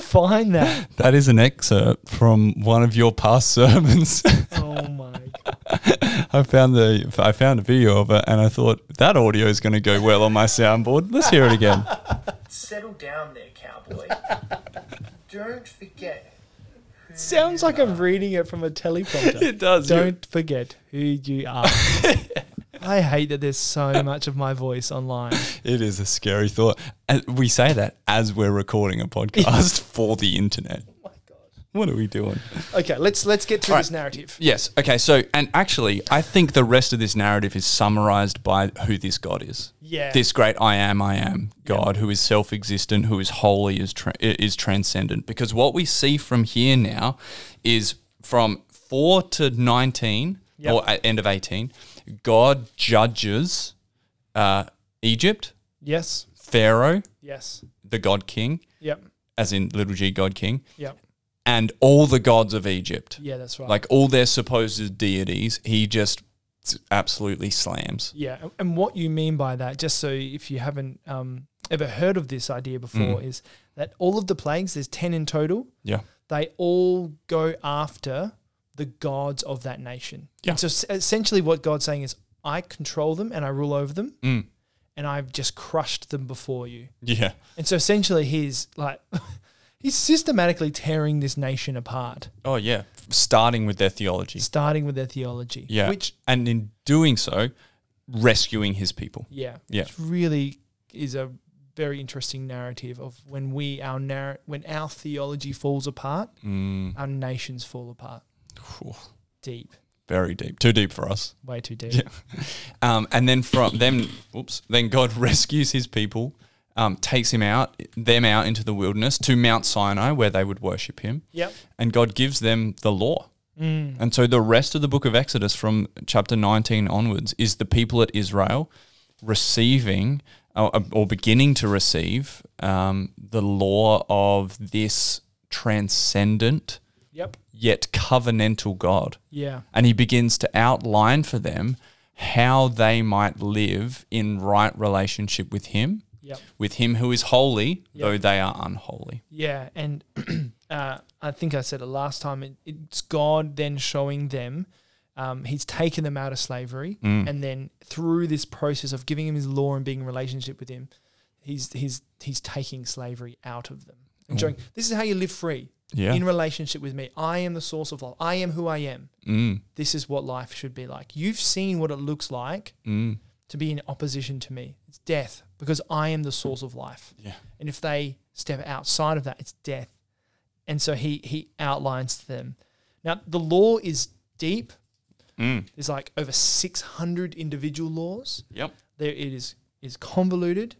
Speaker 1: (laughs)
Speaker 2: find that?
Speaker 1: That is an excerpt from one of your past (laughs) sermons.
Speaker 2: oh my! God.
Speaker 1: I found the I found a video of it, and I thought that audio is going to go well on my soundboard. Let's hear it again.
Speaker 3: Settle down there, cowboy. Don't forget. who
Speaker 2: Sounds
Speaker 3: you
Speaker 2: like I'm reading it from a teleprompter.
Speaker 1: does.
Speaker 2: Don't forget who you (laughs) are. I hate that there's so much of my voice online.
Speaker 1: It is a scary thought. And we say that as we're recording a podcast for the internet.
Speaker 2: Oh my God.
Speaker 1: What are we doing?
Speaker 2: Okay, let's let's get through
Speaker 1: All right.
Speaker 2: this narrative.
Speaker 1: Yes. Okay. So, and actually, I think the rest of this narrative is summarized by who this God is.
Speaker 2: Yeah.
Speaker 1: This great I am, I am God, who is self-existent, who is holy, is tra- is transcendent. Because what we see from here now is from four to nineteen
Speaker 2: Yep.
Speaker 1: or a- end of eighteen, God judges uh, Egypt,
Speaker 2: Yes.
Speaker 1: Pharaoh,
Speaker 2: Yes.
Speaker 1: the God King,
Speaker 2: Yep.
Speaker 1: as in little G God King,
Speaker 2: Yep.
Speaker 1: and all the gods of Egypt
Speaker 2: Yeah, that's right.
Speaker 1: like all their supposed deities, he just absolutely slams.
Speaker 2: Yeah, and- and what you mean by that, just so if you haven't um, ever heard of this idea
Speaker 1: Mm.
Speaker 2: before, is that all of the plagues, there's 10 in total,
Speaker 1: Yeah.
Speaker 2: they all go after the gods of that nation.
Speaker 1: Yeah. Mm.
Speaker 2: So s- essentially, what God's saying is, I control them and I rule over them, and I've just crushed them before you.
Speaker 1: Yeah.
Speaker 2: And so essentially, he's like, (laughs) he's systematically tearing this nation apart,
Speaker 1: Oh, yeah. Starting with their theology.
Speaker 2: starting with their theology.
Speaker 1: Yeah.
Speaker 2: Which,
Speaker 1: and in doing so, rescuing his people.
Speaker 2: yeah,
Speaker 1: Yeah.
Speaker 2: which really is a very interesting narrative of when we our narr- when our theology falls apart,
Speaker 1: Mm.
Speaker 2: our nations fall apart.
Speaker 1: Whew.
Speaker 2: Deep,
Speaker 1: Very deep. Too deep for us.
Speaker 2: way too deep.
Speaker 1: Yeah. Um, and then from then, oops, then God (laughs) rescues his people, um, takes him out, them out into the wilderness to Mount Sinai where they would worship him.
Speaker 2: Yep.
Speaker 1: And God gives them the law.
Speaker 2: Mm.
Speaker 1: And so the rest of the book of Exodus from chapter 19 onwards is the people at Israel receiving or, uh, or beginning to receive um, the law of this transcendent
Speaker 2: Yep.
Speaker 1: yet covenantal God
Speaker 2: Yeah.
Speaker 1: and he begins to outline for them how they might live in right relationship with him,
Speaker 2: Yep.
Speaker 1: with him who is holy,
Speaker 2: Yeah.
Speaker 1: though they are unholy.
Speaker 2: Yeah, and (clears throat) uh, I think I said it last time. It, it's God then showing them. Um, he's taken them out of slavery, and then through this process of giving him his law and being in relationship with him, he's he's he's taking slavery out of them and showing this is how you live free
Speaker 1: Yeah.
Speaker 2: in relationship with me. I am the source of life. I am who I am.
Speaker 1: Mm,
Speaker 2: This is what life should be like. You've seen what it looks like
Speaker 1: mm,
Speaker 2: to be in opposition to me. It's death because I am the source of life.
Speaker 1: yeah.
Speaker 2: And if they step outside of that, it's death. And so he he outlines to them. Now the law is deep.
Speaker 1: Mm,
Speaker 2: There's like over 600 individual laws.
Speaker 1: yep.
Speaker 2: There it is is
Speaker 1: (laughs)
Speaker 2: convoluted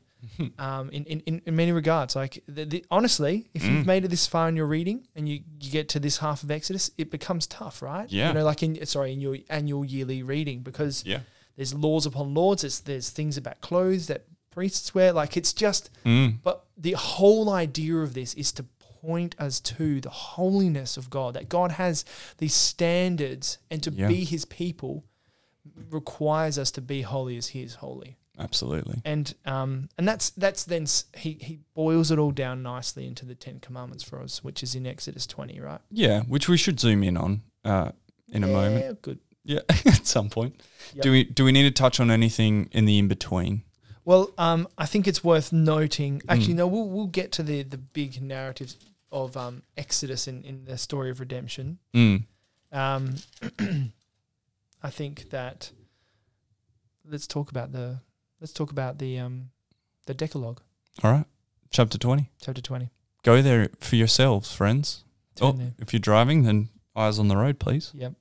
Speaker 2: um, in, in- in, in many regards. Like the, the, honestly, if
Speaker 1: Mm.
Speaker 2: you've made it this far in your reading and you, you get to this half of Exodus, it becomes tough, right?
Speaker 1: Yeah.
Speaker 2: You know, like in sorry, in your annual yearly reading because
Speaker 1: Yeah.
Speaker 2: there's laws upon laws. It's, there's things about clothes that priests wear. Like it's just
Speaker 1: Mm,
Speaker 2: but the whole idea of this is to point us to the holiness of God, that God has these standards, and to
Speaker 1: Yeah.
Speaker 2: be his people requires us to be holy as he is holy.
Speaker 1: absolutely.
Speaker 2: And um, and that's that's then s- he he boils it all down nicely into the Ten Commandments for us, which is in Exodus twenty, right?
Speaker 1: Yeah, which we should zoom in on uh, in a moment. (laughs)
Speaker 2: Yeah, good.
Speaker 1: Yeah, at some point. Do we do we need to touch on anything in the in between?
Speaker 2: Well, um, I think it's worth noting. Actually,
Speaker 1: Mm.
Speaker 2: no, we'll we'll get to the the big narratives of um, Exodus in, in the story of redemption.
Speaker 1: Mm,
Speaker 2: Um, (clears throat) I think that let's talk about the let's talk about the um the Decalogue,
Speaker 1: all right. Chapter twenty.
Speaker 2: chapter twenty.
Speaker 1: Go there for yourselves, friends.
Speaker 2: Turn
Speaker 1: Oh.
Speaker 2: there.
Speaker 1: If you're driving, then eyes on the road, please.
Speaker 2: Yep.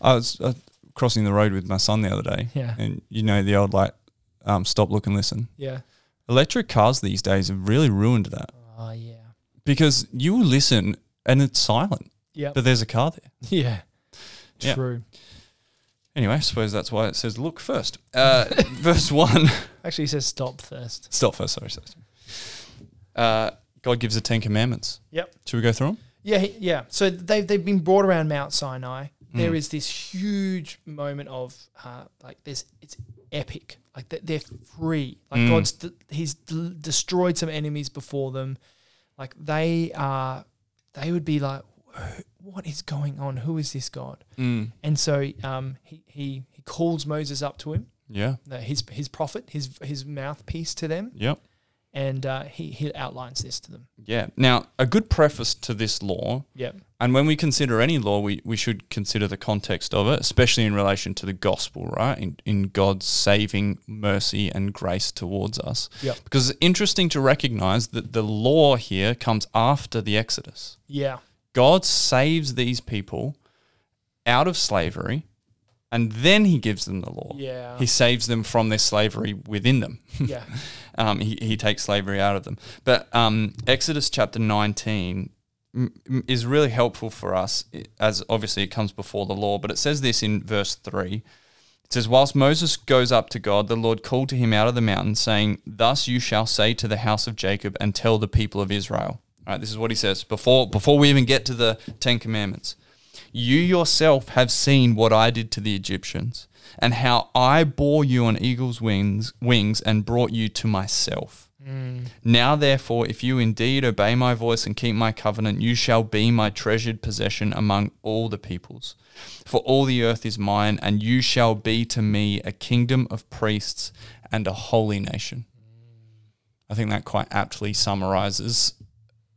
Speaker 1: I was uh, crossing the road with my son the other day,
Speaker 2: Yeah.
Speaker 1: and you know the old like, um, stop, look, and listen.
Speaker 2: Yeah.
Speaker 1: Electric cars these days have really ruined that
Speaker 2: Oh yeah.
Speaker 1: because you will listen and it's silent,
Speaker 2: Yeah.
Speaker 1: but there's a car there.
Speaker 2: (laughs) Yeah.
Speaker 1: Yeah.
Speaker 2: True.
Speaker 1: Anyway, I suppose that's why it says look first. Uh, (laughs) verse one.
Speaker 2: Actually, it says stop first.
Speaker 1: Stop first. Sorry. sorry. Uh, God gives the Ten Commandments.
Speaker 2: Yep.
Speaker 1: Should we go through them?
Speaker 2: Yeah. he- Yeah. So they've they've been brought around Mount Sinai.
Speaker 1: Mm.
Speaker 2: There is this huge moment of uh, like there's it's epic. Like they- they're free. Like
Speaker 1: Mm.
Speaker 2: God's de- he's d- destroyed some enemies before them. Like they are they would be like, what is going on? Who is this God?
Speaker 1: Mm.
Speaker 2: And so um, he he he calls Moses up to him,
Speaker 1: Yeah.
Speaker 2: uh, his his prophet, his his mouthpiece to them,
Speaker 1: Yep.
Speaker 2: and uh, he he outlines this to them.
Speaker 1: Yeah. Now, a good preface to this law
Speaker 2: Yep.
Speaker 1: And when we consider any law, we, we should consider the context of it, especially in relation to the gospel, right? In, in God's saving mercy and grace towards us.
Speaker 2: Yep.
Speaker 1: Because it's interesting to recognize that the law here comes after the Exodus.
Speaker 2: Yeah.
Speaker 1: God saves these people out of slavery, and then he gives them the law.
Speaker 2: Yeah.
Speaker 1: He saves them from their slavery within them. (laughs)
Speaker 2: Yeah. (laughs)
Speaker 1: Um, he, he takes slavery out of them. But um, Exodus chapter 19 m- m- is really helpful for us, i- as obviously it comes before the law. But it says this in verse 3. It says, Whilst Moses goes up to God, the Lord called to him out of the mountain, saying, Thus you shall say to the house of Jacob and tell the people of Israel. All right, this is what he says before, before we even get to the Ten Commandments. You yourself have seen what I did to the Egyptians, and how I bore you on eagle's wings, wings and brought you to myself. Now, therefore, if you indeed obey my voice and keep my covenant, you shall be my treasured possession among all the peoples. For all the earth is mine, and you shall be to me a kingdom of priests and a holy nation. I think that quite aptly summarizes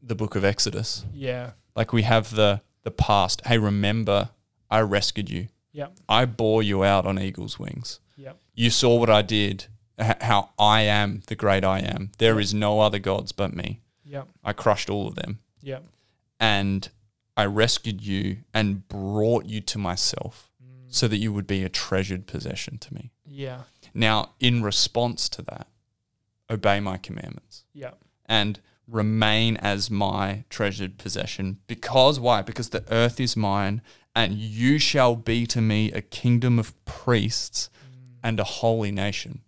Speaker 1: the book of Exodus.
Speaker 2: Yeah.
Speaker 1: Like we have the the past. Hey, remember I rescued you.
Speaker 2: Yep.
Speaker 1: I bore you out on eagle's wings.
Speaker 2: Yep.
Speaker 1: You saw what I did, h- how I am the great I am. There is no other gods but me.
Speaker 2: Yep.
Speaker 1: I crushed all of them
Speaker 2: Yep.
Speaker 1: and I rescued you and brought you to myself so that you would be a treasured possession to me.
Speaker 2: Yeah.
Speaker 1: Now, in response to that, obey my commandments
Speaker 2: Yep.
Speaker 1: and remain as my treasured possession. Because why? Because the earth is mine, and you shall be to me a kingdom of priests and a holy nation.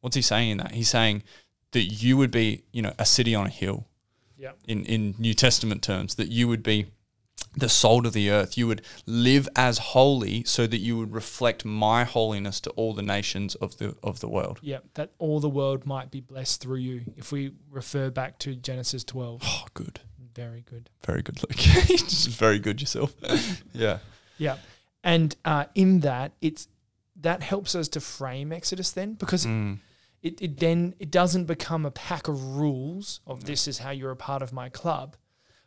Speaker 1: What's he saying in that? He's saying that you would be, you know, a city on a hill
Speaker 2: Yep.
Speaker 1: in, in New Testament terms, that you would be the salt of the earth. You would live as holy so that you would reflect my holiness to all the nations of the of the world.
Speaker 2: Yep. That all the world might be blessed through you. If we refer back to Genesis 12.
Speaker 1: Oh good.
Speaker 2: Very good.
Speaker 1: Very good, Luke. (laughs) Just very good yourself. (laughs) yeah.
Speaker 2: Yeah. And uh, in that, it's that helps us to frame Exodus then because it, it then it doesn't become a pack of rules of this is how you're a part of my club,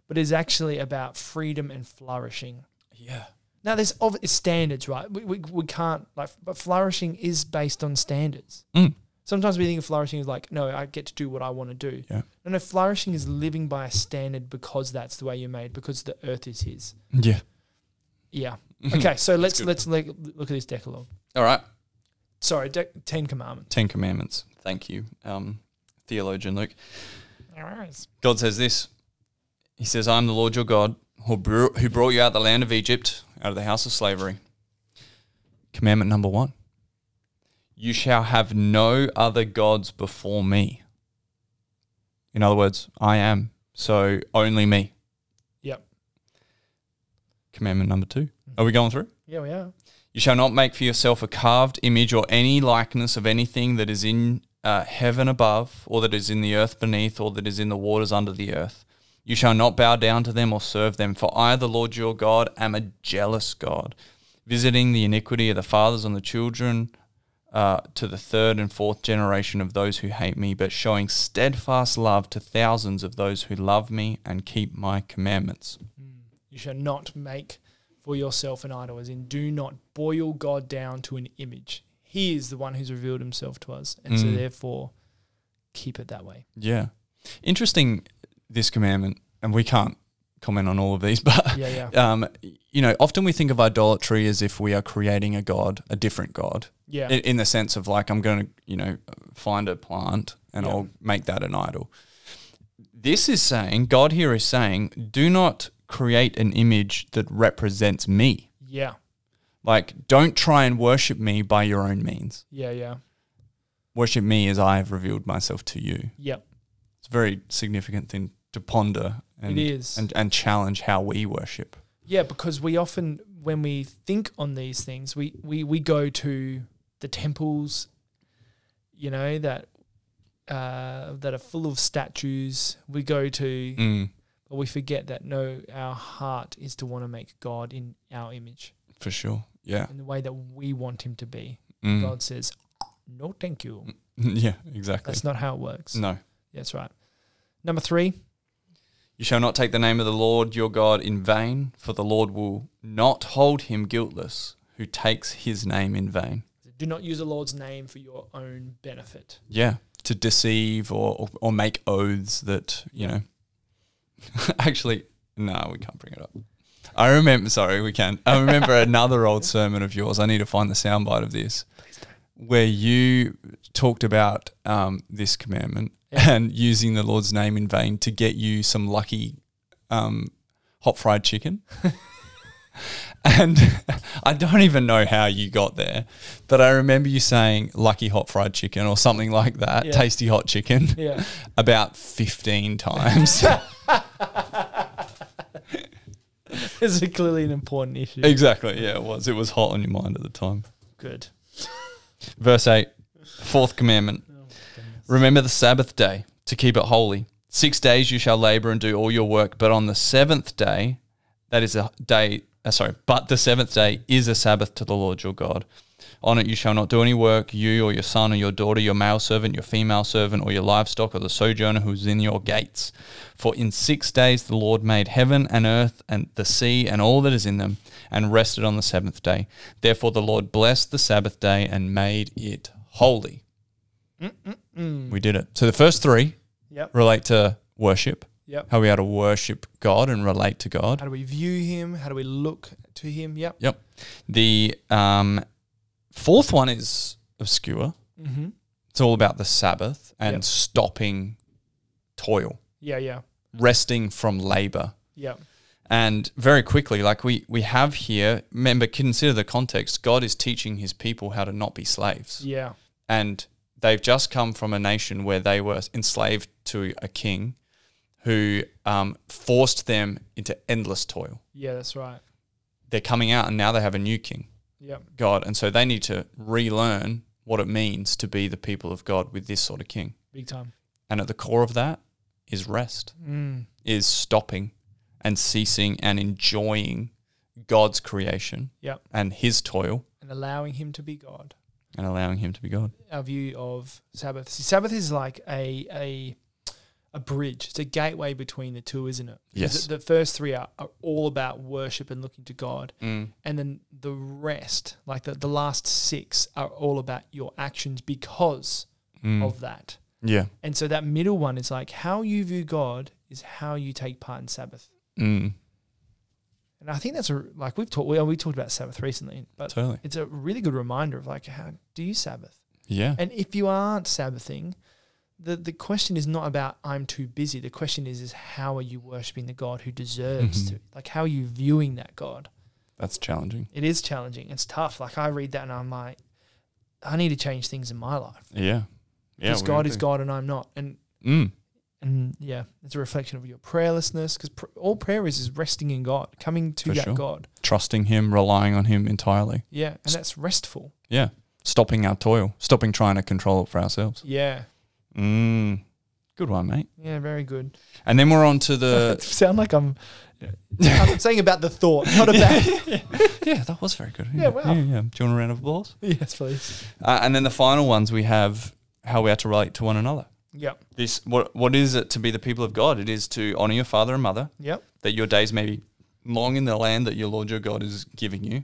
Speaker 2: but is actually about freedom and flourishing.
Speaker 1: Yeah.
Speaker 2: Now there's ob- it's standards, right? We, we, we can't like, but flourishing is based on standards.
Speaker 1: Mm.
Speaker 2: Sometimes we think of flourishing as like, no, I get to do what I want to do.
Speaker 1: Yeah.
Speaker 2: No, no, flourishing is living by a standard because that's the way you're made because the earth is His.
Speaker 1: Yeah. (laughs)
Speaker 2: Yeah. Okay, so let's
Speaker 1: good.
Speaker 2: let's look, look at this Decalogue.
Speaker 1: All right.
Speaker 2: Sorry, dec Ten Commandments.
Speaker 1: Ten Commandments. Thank you, um, theologian Luke.
Speaker 2: All right.
Speaker 1: God says this. He says, "I'm the Lord your God, who br- who brought you out of the land of Egypt, out of the house of slavery." Commandment number one: You shall have no other gods before me. In other words, I am so only me.
Speaker 2: Yep.
Speaker 1: Commandment number two. Are we going through?
Speaker 2: Yeah, we are.
Speaker 1: You shall not make for yourself a carved image or any likeness of anything that is in uh, heaven above, or that is in the earth beneath, or that is in the waters under the earth. You shall not bow down to them or serve them, for I, the Lord your God, am a jealous God, visiting the iniquity of the fathers on the children uh, to the third and fourth generation of those who hate me, but showing steadfast love to thousands of those who love me and keep my commandments.
Speaker 2: You shall not make for yourself an idol, as in do not boil God down to an image. He is the one who's revealed himself to us, and so
Speaker 1: Mm.
Speaker 2: therefore keep it that way.
Speaker 1: Yeah. Interesting, this commandment, and we can't comment on all of these, (laughs) but,
Speaker 2: Yeah, yeah,
Speaker 1: um, you know, often we think of idolatry as if we are creating a God, a different God,
Speaker 2: yeah,
Speaker 1: in, in the sense of like, I'm going to, you know, find a plant and
Speaker 2: Yeah.
Speaker 1: I'll make that an idol. This is saying, God here is saying, do not create an image that represents me.
Speaker 2: yeah,
Speaker 1: Like, don't try and worship me by your own means.
Speaker 2: yeah, yeah,
Speaker 1: Worship me as I have revealed myself to you.
Speaker 2: yep.
Speaker 1: it's a very significant thing to ponder and,
Speaker 2: It is.
Speaker 1: and and challenge how we worship.
Speaker 2: Yeah, because we often, when we think on these things, we, we, we go to the temples, you know, that uh, that are full of statues. We go to,
Speaker 1: Mm,
Speaker 2: but we forget that no, our heart is to want to make God in our image
Speaker 1: for sure. Yeah.
Speaker 2: in the way that we want Him to be.
Speaker 1: Mm.
Speaker 2: God says, no, thank you.
Speaker 1: (laughs) yeah, exactly.
Speaker 2: That's not how it works.
Speaker 1: No.
Speaker 2: That's right. Number three,
Speaker 1: You shall not take the name of the Lord your God in vain, for the Lord will not hold him guiltless who takes his name in vain.
Speaker 2: do not use the Lord's name for your own benefit.
Speaker 1: Yeah. To deceive or, or, or make oaths that, you
Speaker 2: Yeah.
Speaker 1: know. (laughs) Actually, no, we can't bring it up. I remember, sorry, we can. I
Speaker 2: (laughs)
Speaker 1: remember another old sermon of yours. I need to find the soundbite of this. Where you talked about um, this commandment and using the Lord's name in vain to get you some lucky um, hot fried chicken. (laughs) and (laughs) I don't even know how you got there, but I remember you saying lucky hot fried chicken or something like that,
Speaker 2: Yeah.
Speaker 1: tasty hot chicken,
Speaker 2: Yeah.
Speaker 1: about 15 times.
Speaker 2: (laughs) this is clearly an important issue.
Speaker 1: exactly. Yeah, it was. It was hot on your mind at the time.
Speaker 2: Good.
Speaker 1: Verse 8, fourth commandment. Remember the Sabbath day to keep it holy. Six days you shall labor and do all your work, but on the seventh day, that is a day uh, sorry, but the seventh day is a Sabbath to the Lord your God. On it you shall not do any work, you or your son or your daughter, your male servant, your female servant, or your livestock, or the sojourner who is in your gates. For in six days the Lord made heaven and earth and the sea and all that is in them, and rested on the seventh day. Therefore the Lord blessed the Sabbath day and made it holy. We did it. So the first three
Speaker 2: Yep.
Speaker 1: relate to worship,
Speaker 2: Yep.
Speaker 1: how we are to worship God and relate to God.
Speaker 2: How do we view him? How do we look to him? Yep.
Speaker 1: Yep. The um, fourth one is obscure.
Speaker 2: Mm-hmm.
Speaker 1: It's all about the Sabbath and
Speaker 2: Yep.
Speaker 1: stopping toil,
Speaker 2: Yeah. Yeah.
Speaker 1: resting from labor.
Speaker 2: Yep.
Speaker 1: And very quickly, like we, we have here, remember, consider the context. God is teaching his people how to not be slaves.
Speaker 2: Yeah.
Speaker 1: And they've just come from a nation where they were enslaved to a king who um, forced them into endless toil.
Speaker 2: Yeah. That's right.
Speaker 1: They're coming out and now they have a new king.
Speaker 2: Yep.
Speaker 1: God, and so they need to relearn what it means to be the people of God with this sort of king.
Speaker 2: Big time.
Speaker 1: And at the core of that is rest,
Speaker 2: Mm.
Speaker 1: is stopping and ceasing and enjoying God's creation
Speaker 2: Yep.
Speaker 1: and his toil
Speaker 2: And allowing him to be God.
Speaker 1: and allowing him to be God.
Speaker 2: Our view of Sabbath. See, Sabbath is like a a a bridge. It's a gateway between the two, isn't it? Because
Speaker 1: Yes.
Speaker 2: The, the first three are, are all about worship and looking to God. and then the rest, like the, the last six, are all about your actions because of that.
Speaker 1: Yeah.
Speaker 2: And so that middle one is like how you view God is how you take part in Sabbath.
Speaker 1: Mm.
Speaker 2: And I think that's a, like we've talked we, we talked about Sabbath recently, but
Speaker 1: Totally.
Speaker 2: it's a really good reminder of like how do you Sabbath?
Speaker 1: Yeah.
Speaker 2: And if you aren't Sabbathing, the the question is not about I'm too busy. The question is is how are you worshiping the God who deserves
Speaker 1: Mhm.
Speaker 2: to? Like how are you viewing that God?
Speaker 1: That's challenging.
Speaker 2: it is challenging. It's tough. Like I read that and I'm like, I need to change things in my life
Speaker 1: Yeah. Yeah.
Speaker 2: because God is God and I'm not. And
Speaker 1: Mm.
Speaker 2: and yeah, it's a reflection of your prayerlessness because pr- all prayer is is resting in God, coming to
Speaker 1: For
Speaker 2: that
Speaker 1: sure.
Speaker 2: God.
Speaker 1: Trusting him, relying on him entirely.
Speaker 2: Yeah, and that's restful.
Speaker 1: Yeah. Stopping our toil, stopping trying to control it for ourselves.
Speaker 2: Yeah,
Speaker 1: Mm. Good one, mate.
Speaker 2: yeah, very good.
Speaker 1: And then we're on to the
Speaker 2: (laughs) Sound like I'm
Speaker 1: (laughs)
Speaker 2: I'm saying about the thought, not about
Speaker 1: Yeah, that was very good.
Speaker 2: Yeah, wow.
Speaker 1: Yeah, yeah. Do you want a round of applause?
Speaker 2: yes, please.
Speaker 1: Uh, and then the final ones we have how we are to relate to one another.
Speaker 2: Yep,
Speaker 1: This what what is it to be the people of God? It is to honor your father and mother,
Speaker 2: yep,
Speaker 1: that your days may be long in the land that your Lord your God is giving you. You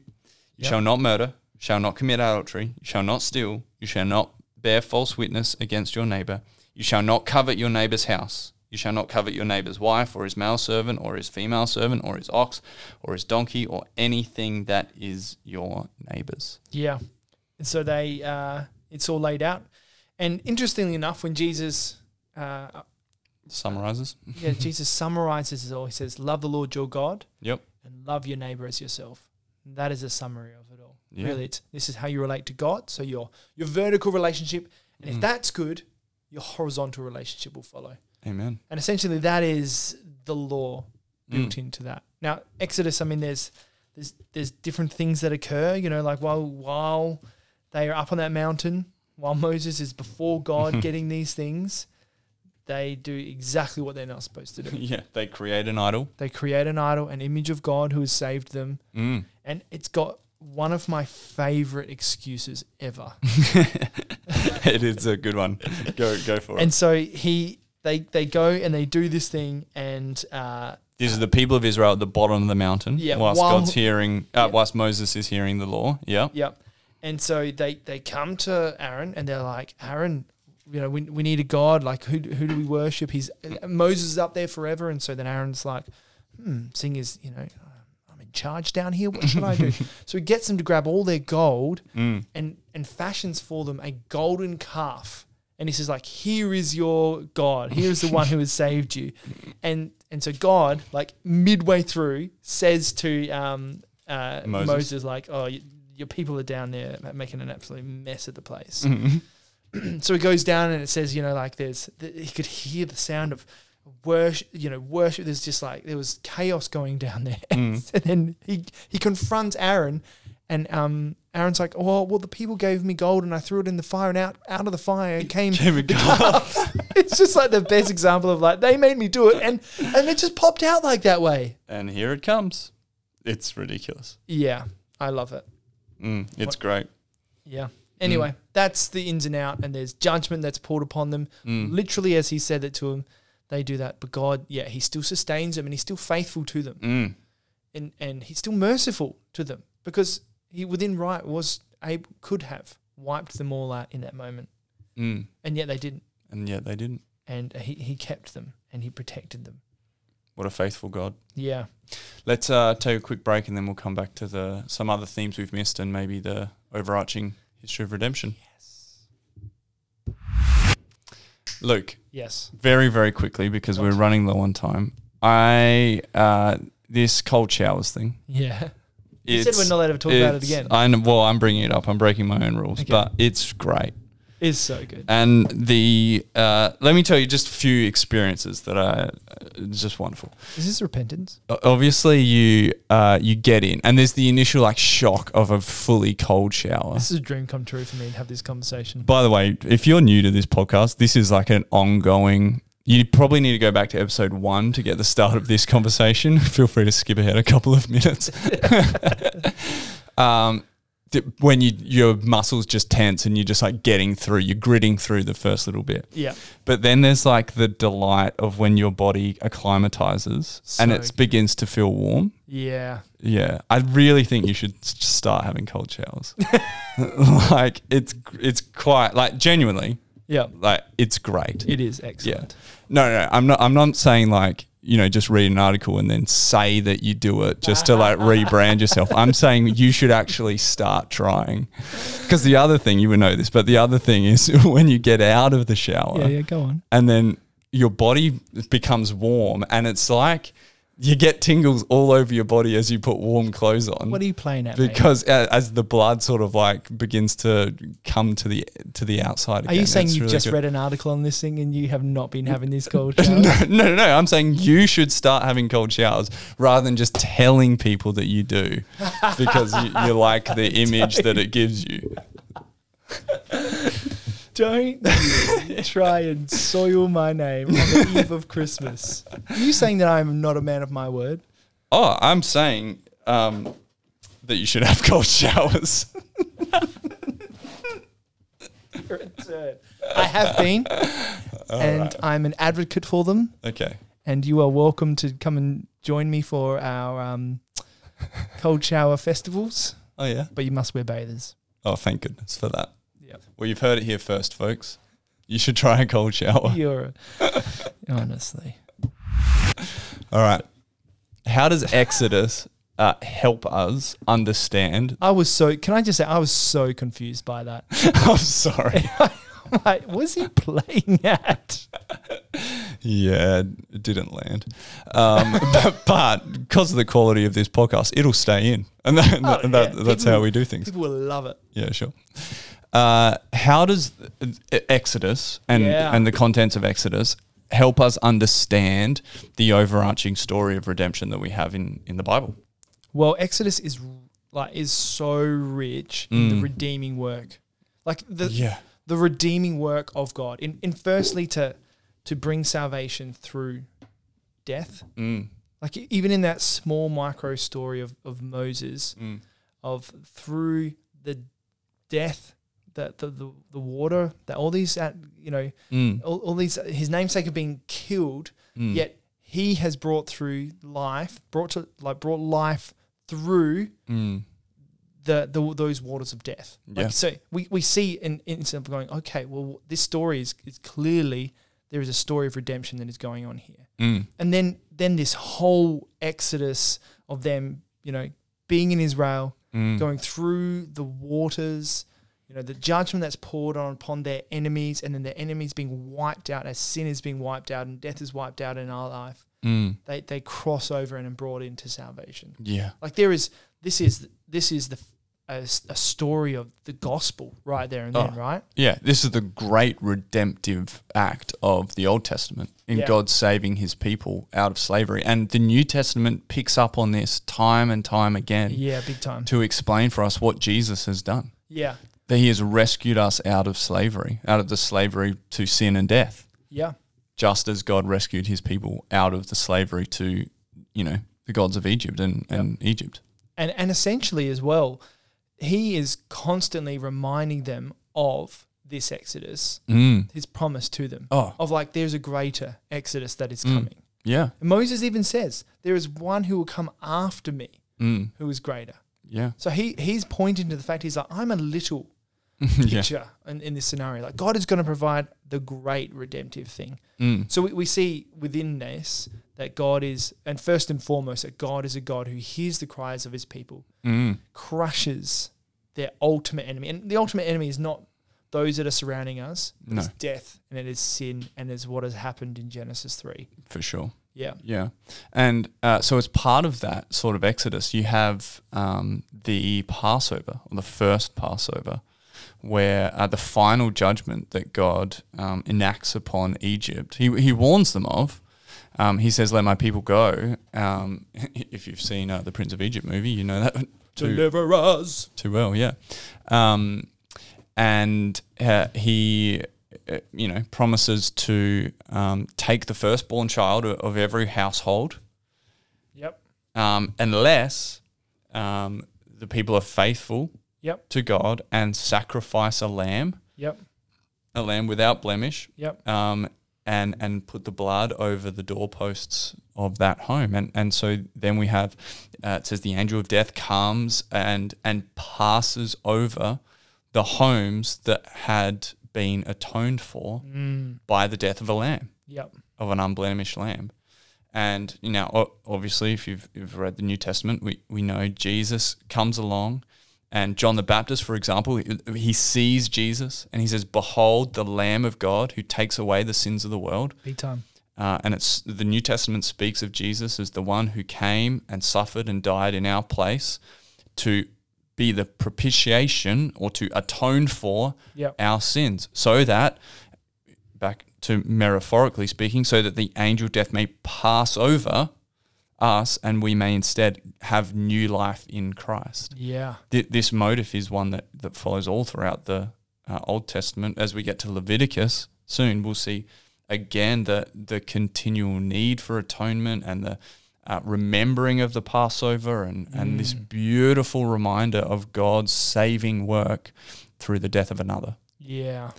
Speaker 2: Yep.
Speaker 1: shall not murder, shall not commit adultery, you shall not steal, you shall not bear false witness against your neighbor, you shall not covet your neighbor's house. You shall not covet your neighbor's wife or his male servant or his female servant or his ox or his donkey or anything that is your neighbor's.
Speaker 2: yeah. And so they, uh, it's all laid out. And interestingly enough, when Jesus uh,
Speaker 1: (laughs) Summarizes.
Speaker 2: Yeah, Jesus summarizes it all. He says, Love the Lord your God
Speaker 1: Yep.
Speaker 2: and love your neighbor as yourself. And that is a summary of it all.
Speaker 1: Yeah.
Speaker 2: Really, it's, this is how you relate to God. So your your vertical relationship, and if
Speaker 1: Mm.
Speaker 2: that's good, your horizontal relationship will follow.
Speaker 1: Amen. (laughs)
Speaker 2: And essentially, that is the law built
Speaker 1: Mm.
Speaker 2: into that. Now, Exodus, I mean, there's there's there's different things that occur. You know, like while while they are up on that mountain, while Moses is before
Speaker 1: (laughs)
Speaker 2: God getting these things, they do exactly what they're not supposed to do.
Speaker 1: yeah, they create an idol. (laughs)
Speaker 2: They create an idol, an image of God who has saved them.
Speaker 1: Mm.
Speaker 2: And it's got one of my favorite excuses ever. (laughs)
Speaker 1: it is a good one. Go go for
Speaker 2: and so he they they go and they do this thing and uh
Speaker 1: These are the people of Israel at the bottom of the mountain.
Speaker 2: Yeah,
Speaker 1: whilst
Speaker 2: while-
Speaker 1: God's hearing, uh,
Speaker 2: Yeah.
Speaker 1: whilst Moses is hearing the law. Yeah,
Speaker 2: yep. And so they they come to Aaron and they're like, Aaron, you know, we, we need a God. Like who who do we worship? He's Moses is up there forever. And so then Aaron's like, hmm, seeing as, you know, I'm in charge down here, what should I do? so he gets them to grab all their gold
Speaker 1: Mm.
Speaker 2: and and fashions for them a golden calf. And he says, like, here is your God. Here is the one who has saved you. And and so God, like midway through, says to um, uh,
Speaker 1: Moses.
Speaker 2: Moses. like, oh, y- your people are down there ma- making an absolute mess of the place.
Speaker 1: Mhm.
Speaker 2: so he goes down and it says, you know, like there's th- he could hear the sound of worship. You know, worship. There's just like there was chaos going down (laughs) there. and then he he confronts Aaron, and um Aaron's like, oh well, the people gave me gold and I threw it in the fire and out out of the fire came.
Speaker 1: (laughs)
Speaker 2: (laughs)
Speaker 1: Here we go.
Speaker 2: it's just like the best example of like they made me do it and and it just popped out like that way.
Speaker 1: and here it comes. It's ridiculous.
Speaker 2: Yeah, I love it.
Speaker 1: Mm, it's great.
Speaker 2: Yeah. Anyway, that's the ins and out, and there's judgment that's poured upon them.
Speaker 1: Mm,
Speaker 2: Literally, as he said it to them, they do that. But God, yeah, He still sustains them, and He's still faithful to them,
Speaker 1: Mm.
Speaker 2: and and He's still merciful to them because He within right was able could have wiped them all out in that moment,
Speaker 1: Mm.
Speaker 2: and yet they didn't,
Speaker 1: And yet they didn't.
Speaker 2: and He He kept them and He protected them.
Speaker 1: What a faithful God.
Speaker 2: Yeah.
Speaker 1: Let's uh, take a quick break and then we'll come back to the some other themes we've missed and maybe the overarching history of redemption. Luke,
Speaker 2: Yes.
Speaker 1: very very quickly because we're running low on time. I uh, this cold showers thing.
Speaker 2: Yeah. (laughs) You said
Speaker 1: it's-
Speaker 2: we're not allowed to talk about it
Speaker 1: it's-
Speaker 2: again.
Speaker 1: I know, well, I'm bringing it up. I'm breaking my own rules,
Speaker 2: Okay.
Speaker 1: but it's great.
Speaker 2: It's so good.
Speaker 1: And the uh, let me tell you just a few experiences that are uh, just wonderful.
Speaker 2: Is this repentance?
Speaker 1: O- Obviously, you uh, you get in, and there's the initial like shock of a fully cold shower.
Speaker 2: This is a dream come true for me to have this conversation.
Speaker 1: By the way, if you're new to this podcast, this is like an ongoing. You probably need to go back to episode one to get the start of this conversation. (laughs) Feel free to skip ahead a couple of minutes. (laughs) um, th- when you your muscles just tense and you're just like getting through, you're gritting through the first little bit.
Speaker 2: Yeah.
Speaker 1: But then there's like the delight of when your body acclimatizes and
Speaker 2: So
Speaker 1: it
Speaker 2: good.
Speaker 1: begins to feel warm.
Speaker 2: Yeah.
Speaker 1: Yeah, I really think you should s- just start having cold
Speaker 2: (laughs)
Speaker 1: showers. like it's it's quite like genuinely
Speaker 2: Yeah.
Speaker 1: like it's great.
Speaker 2: It is
Speaker 1: yeah.
Speaker 2: excellent.
Speaker 1: No, no, I'm not. I'm not saying like you know just read an article and then say that you do it just to like rebrand yourself.
Speaker 2: (laughs)
Speaker 1: I'm saying you should actually start trying. Because the other thing you would know this, but the other thing is (laughs) when you get out of the shower,
Speaker 2: Yeah, yeah, go on.
Speaker 1: and then your body becomes warm and it's like you get tingles all over your body as you put warm clothes on
Speaker 2: What are you playing at? mate?
Speaker 1: because a- as the blood sort of like begins to come to the to the outside
Speaker 2: are
Speaker 1: again,
Speaker 2: you saying
Speaker 1: It's
Speaker 2: you've
Speaker 1: really
Speaker 2: just
Speaker 1: good.
Speaker 2: read an article on this thing and you have not been having
Speaker 1: (laughs)
Speaker 2: these cold showers?
Speaker 1: no no no i'm saying you should start having cold showers rather than just telling people that you do because you,
Speaker 2: (laughs)
Speaker 1: you like the image that it gives you
Speaker 2: Don't you try and soil my name on the eve of Christmas. Are you saying that I'm not a man of my word?
Speaker 1: oh i'm saying um, that you should have cold (laughs) showers
Speaker 2: Return. I have been, and I'm an advocate for them.
Speaker 1: okay
Speaker 2: And you are welcome to come and join me for our um, cold shower festivals,
Speaker 1: oh yeah
Speaker 2: but you must wear bathers.
Speaker 1: oh thank goodness for that
Speaker 2: Yeah.
Speaker 1: Well, you've heard it here first, folks. You should try a cold shower.
Speaker 2: You're honestly.
Speaker 1: All right. How does Exodus uh, help us
Speaker 2: (laughs)
Speaker 1: understand?
Speaker 2: I was so. Can I just say I was so confused by that.
Speaker 1: I'm sorry.
Speaker 2: (laughs) like, what's he playing at?
Speaker 1: Yeah, it didn't land. Um, (laughs) but, but because of the quality of this podcast, it'll stay in. And, that, and
Speaker 2: Oh,
Speaker 1: that-
Speaker 2: yeah.
Speaker 1: that's
Speaker 2: People-
Speaker 1: how we do things.
Speaker 2: People will love it.
Speaker 1: Yeah, sure. Uh, how does uh, Exodus and,
Speaker 2: Yeah.
Speaker 1: and the contents of Exodus help us understand the overarching story of redemption that we have in, in the Bible?
Speaker 2: Well, Exodus is r- like is so rich in the redeeming work, like the the redeeming work of God. In in firstly to to bring salvation through death.
Speaker 1: Mm.
Speaker 2: Like e- even in that small micro story of of Moses,
Speaker 1: Mm.
Speaker 2: of through the death, the the the, the water, that all these uh, you know
Speaker 1: Mm.
Speaker 2: all, all these his namesake have been killed,
Speaker 1: Mm.
Speaker 2: yet he has brought through life, brought to like brought life through
Speaker 1: Mm.
Speaker 2: the, the those waters of death. Like,
Speaker 1: Yeah.
Speaker 2: So we, we see an instance of going, okay, well this story is, is clearly there is a story of redemption that is going on here,
Speaker 1: Mm.
Speaker 2: and then then this whole exodus of them, you know, being in Israel,
Speaker 1: Mm.
Speaker 2: going through the waters, you know, the judgment that's poured on upon their enemies, and then their enemies being wiped out as sin is being wiped out and death is wiped out in our life.
Speaker 1: Mm.
Speaker 2: They they cross over and are brought into salvation.
Speaker 1: Yeah.
Speaker 2: Like there is this is this is the a, a story of the gospel right there and then,
Speaker 1: Oh.
Speaker 2: right?
Speaker 1: Yeah. This is the great redemptive act of the Old Testament in
Speaker 2: Yeah.
Speaker 1: God saving his people out of slavery. And the New Testament picks up on this time and time again
Speaker 2: Yeah, big time.
Speaker 1: to explain for us what Jesus has done.
Speaker 2: Yeah,
Speaker 1: That he has rescued us out of slavery, out of the slavery to sin and death,
Speaker 2: yeah,
Speaker 1: just as God rescued his people out of the slavery to, you know, the gods of Egypt and, and Egypt.
Speaker 2: and and essentially as well, he is constantly reminding them of this exodus,
Speaker 1: Mm.
Speaker 2: his promise to them
Speaker 1: Oh,
Speaker 2: of like there's a greater exodus that is
Speaker 1: Mm.
Speaker 2: coming.
Speaker 1: yeah.
Speaker 2: And Moses even says there is one who will come after me
Speaker 1: Mm.
Speaker 2: who is greater.
Speaker 1: Yeah.
Speaker 2: So he he's pointing to the fact he's like I'm a little
Speaker 1: (laughs) yeah.
Speaker 2: picture in, in this scenario. Like God is going to provide the great redemptive thing.
Speaker 1: Mm.
Speaker 2: So we, we see within this that God is, and first and foremost, that God is a God who hears the cries of his people,
Speaker 1: Mm.
Speaker 2: crushes their ultimate enemy. And the ultimate enemy is not those that are surrounding us,
Speaker 1: No.
Speaker 2: it's death and it is sin and is what has happened in Genesis 3.
Speaker 1: For sure.
Speaker 2: Yeah.
Speaker 1: Yeah. And uh, so, as part of that sort of Exodus, you have um, the Passover, or the first Passover, where uh, the final judgment that God um, enacts upon Egypt, he, he warns them of. Um, he says, Let my people go. Um, (laughs) if you've seen uh, the Prince of Egypt movie, you know that (laughs) too,
Speaker 2: Deliver us.
Speaker 1: too well, yeah. Um, and uh, he, uh, you know, promises to um, take the firstborn child o- of every household
Speaker 2: Yep.
Speaker 1: um, unless um, the people are faithful
Speaker 2: Yep.
Speaker 1: to God and sacrifice a lamb,
Speaker 2: Yep.
Speaker 1: a lamb without blemish,
Speaker 2: Yep.
Speaker 1: um, and and put the blood over the doorposts of that home, and and so then we have uh, it says the angel of death comes and and passes over the homes that had been atoned for
Speaker 2: Mm.
Speaker 1: by the death of a lamb
Speaker 2: Yep.
Speaker 1: of an unblemished lamb. And you know, o- obviously, if you've, you've read the New Testament, we, we know Jesus comes along, and John the Baptist, for example, he, he sees Jesus and he says, "Behold, the Lamb of God who takes away the sins of the world."
Speaker 2: Big time.
Speaker 1: Uh, and it's the New Testament speaks of Jesus as the one who came and suffered and died in our place to be the propitiation or to atone for
Speaker 2: Yep.
Speaker 1: our sins, so that, back to metaphorically speaking, so that the angel of death may pass over us and we may instead have new life in Christ.
Speaker 2: Yeah.
Speaker 1: Th- this motif is one that, that follows all throughout the uh, Old Testament. As we get to Leviticus soon, we'll see again the, the continual need for atonement and the uh, remembering of the Passover and, and this beautiful reminder of God's saving work through the death of another
Speaker 2: Yeah.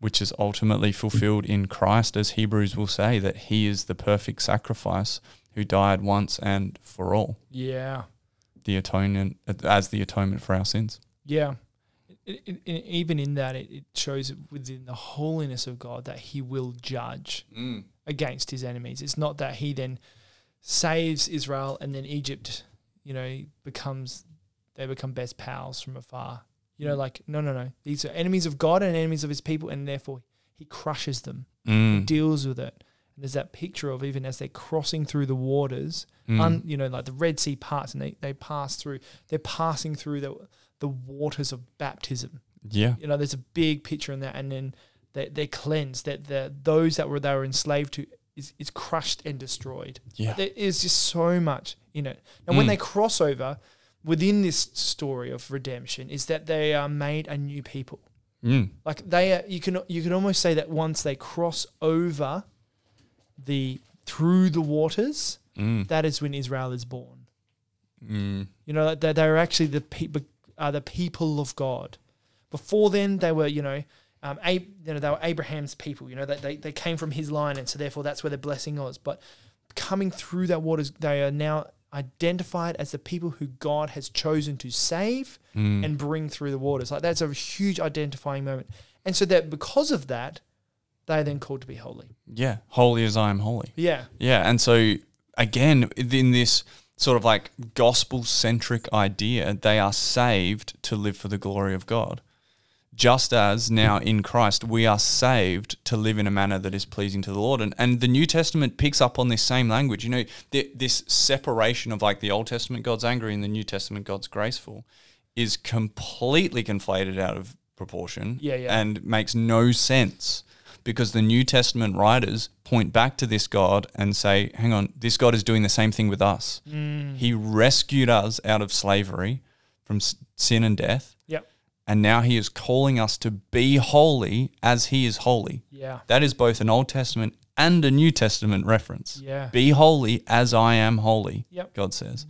Speaker 1: which is ultimately fulfilled in Christ, as Hebrews will say, that he is the perfect sacrifice who died once and for all,
Speaker 2: Yeah.
Speaker 1: the atonement as the atonement for our sins.
Speaker 2: Yeah. It, it, it- even in that, it, it shows within the holiness of God that He will judge
Speaker 1: Mm.
Speaker 2: against His enemies. It's not that He then saves Israel and then Egypt, you know, becomes they become best pals from afar. You know, like no, no, no. These are enemies of God and enemies of His people, and therefore He crushes them,
Speaker 1: Mm.
Speaker 2: deals with it. And there's that picture of even as they're crossing through the waters,
Speaker 1: Mm.
Speaker 2: un, you know, like the Red Sea parts, and they, they pass through. They're passing through the the waters of baptism.
Speaker 1: yeah.
Speaker 2: You know, there's a big picture in that, and then they they're cleansed. That the those that were they were enslaved to is is crushed and destroyed.
Speaker 1: Yeah.
Speaker 2: There is just so much in it. And when
Speaker 1: Mm.
Speaker 2: they cross over within this story of redemption, is that they are made a new people.
Speaker 1: Mm.
Speaker 2: Like they are, you can you can almost say that once they cross over the through the waters,
Speaker 1: Mm.
Speaker 2: that is when Israel is born.
Speaker 1: Mm.
Speaker 2: You know, that they, they were actually the people, uh, the people of God. Before then, they were, you know, um, Ab- you know, they were Abraham's people. You know, they, they they came from his line, and so therefore that's where the blessing was. But coming through that waters, they are now identified as the people who God has chosen to save
Speaker 1: Mm.
Speaker 2: and bring through the waters. Like that's a huge identifying moment, and so that because of that, they are then called to be holy.
Speaker 1: yeah. Holy as I am holy.
Speaker 2: Yeah,
Speaker 1: Yeah, and so again, in this sort of like gospel centric idea, they are saved to live for the glory of God. Just as now in Christ we are saved to live in a manner that is pleasing to the Lord, and and the New Testament picks up on this same language. You know, th- this separation of like the Old Testament God's angry and the New Testament God's graceful is completely conflated out of proportion
Speaker 2: Yeah, yeah.
Speaker 1: and makes no sense because the New Testament writers point back to this God and say, hang on, this God is doing the same thing with us.
Speaker 2: Mm.
Speaker 1: He rescued us out of slavery from s- sin and death.
Speaker 2: Yep.
Speaker 1: And now he is calling us to be holy as he is holy.
Speaker 2: Yeah.
Speaker 1: That is both an Old Testament and a New Testament reference.
Speaker 2: Yeah.
Speaker 1: Be holy as I am holy,
Speaker 2: Yep.
Speaker 1: God says.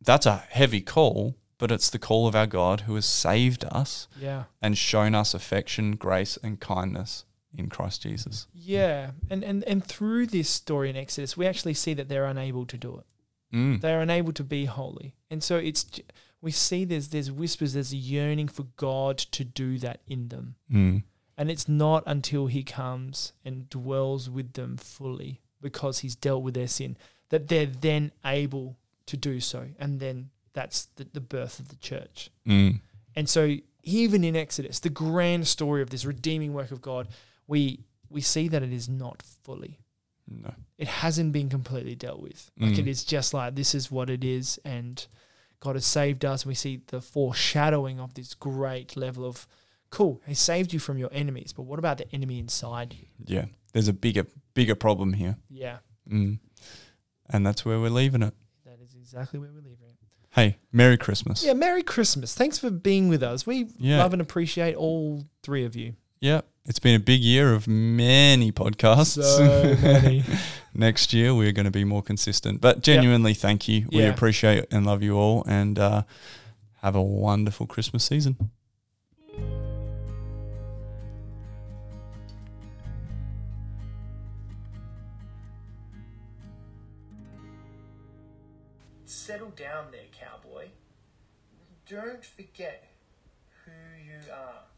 Speaker 1: That's a heavy call, but it's the call of our God who has saved us
Speaker 2: Yeah.
Speaker 1: and shown us affection, grace, and kindness in Christ Jesus.
Speaker 2: Yeah. And, and and through this story in Exodus, we actually see that they're unable to do it.
Speaker 1: Mm.
Speaker 2: They are unable to be holy. And so it's j- we see there's there's whispers, there's a yearning for God to do that in them.
Speaker 1: Mm.
Speaker 2: And it's not until he comes and dwells with them fully because he's dealt with their sin that they're then able to do so. And then that's the, the birth of the church.
Speaker 1: Mm.
Speaker 2: And so even in Exodus, the grand story of this redeeming work of God, we we see that it is not fully.
Speaker 1: No.
Speaker 2: It hasn't been completely dealt with. Like
Speaker 1: Mm.
Speaker 2: it is just like this is what it is and God has saved us and we see the foreshadowing of this great level of cool, he saved you from your enemies, but what about the enemy inside you?
Speaker 1: Yeah. There's a bigger, bigger problem here.
Speaker 2: Yeah.
Speaker 1: Mm. And that's where we're leaving it.
Speaker 2: That is exactly where we're leaving it.
Speaker 1: Hey, Merry Christmas.
Speaker 2: Yeah, Merry Christmas. Thanks for being with us. We
Speaker 1: Yeah.
Speaker 2: love and appreciate all three of you.
Speaker 1: Yeah. It's been a big year of many podcasts.
Speaker 2: So many.
Speaker 1: (laughs) Next year, we're going to be more consistent. But genuinely, thank you. We
Speaker 2: Yeah.
Speaker 1: appreciate and love you all. And uh, have a wonderful Christmas season.
Speaker 3: Settle down there, cowboy. Don't forget who you are.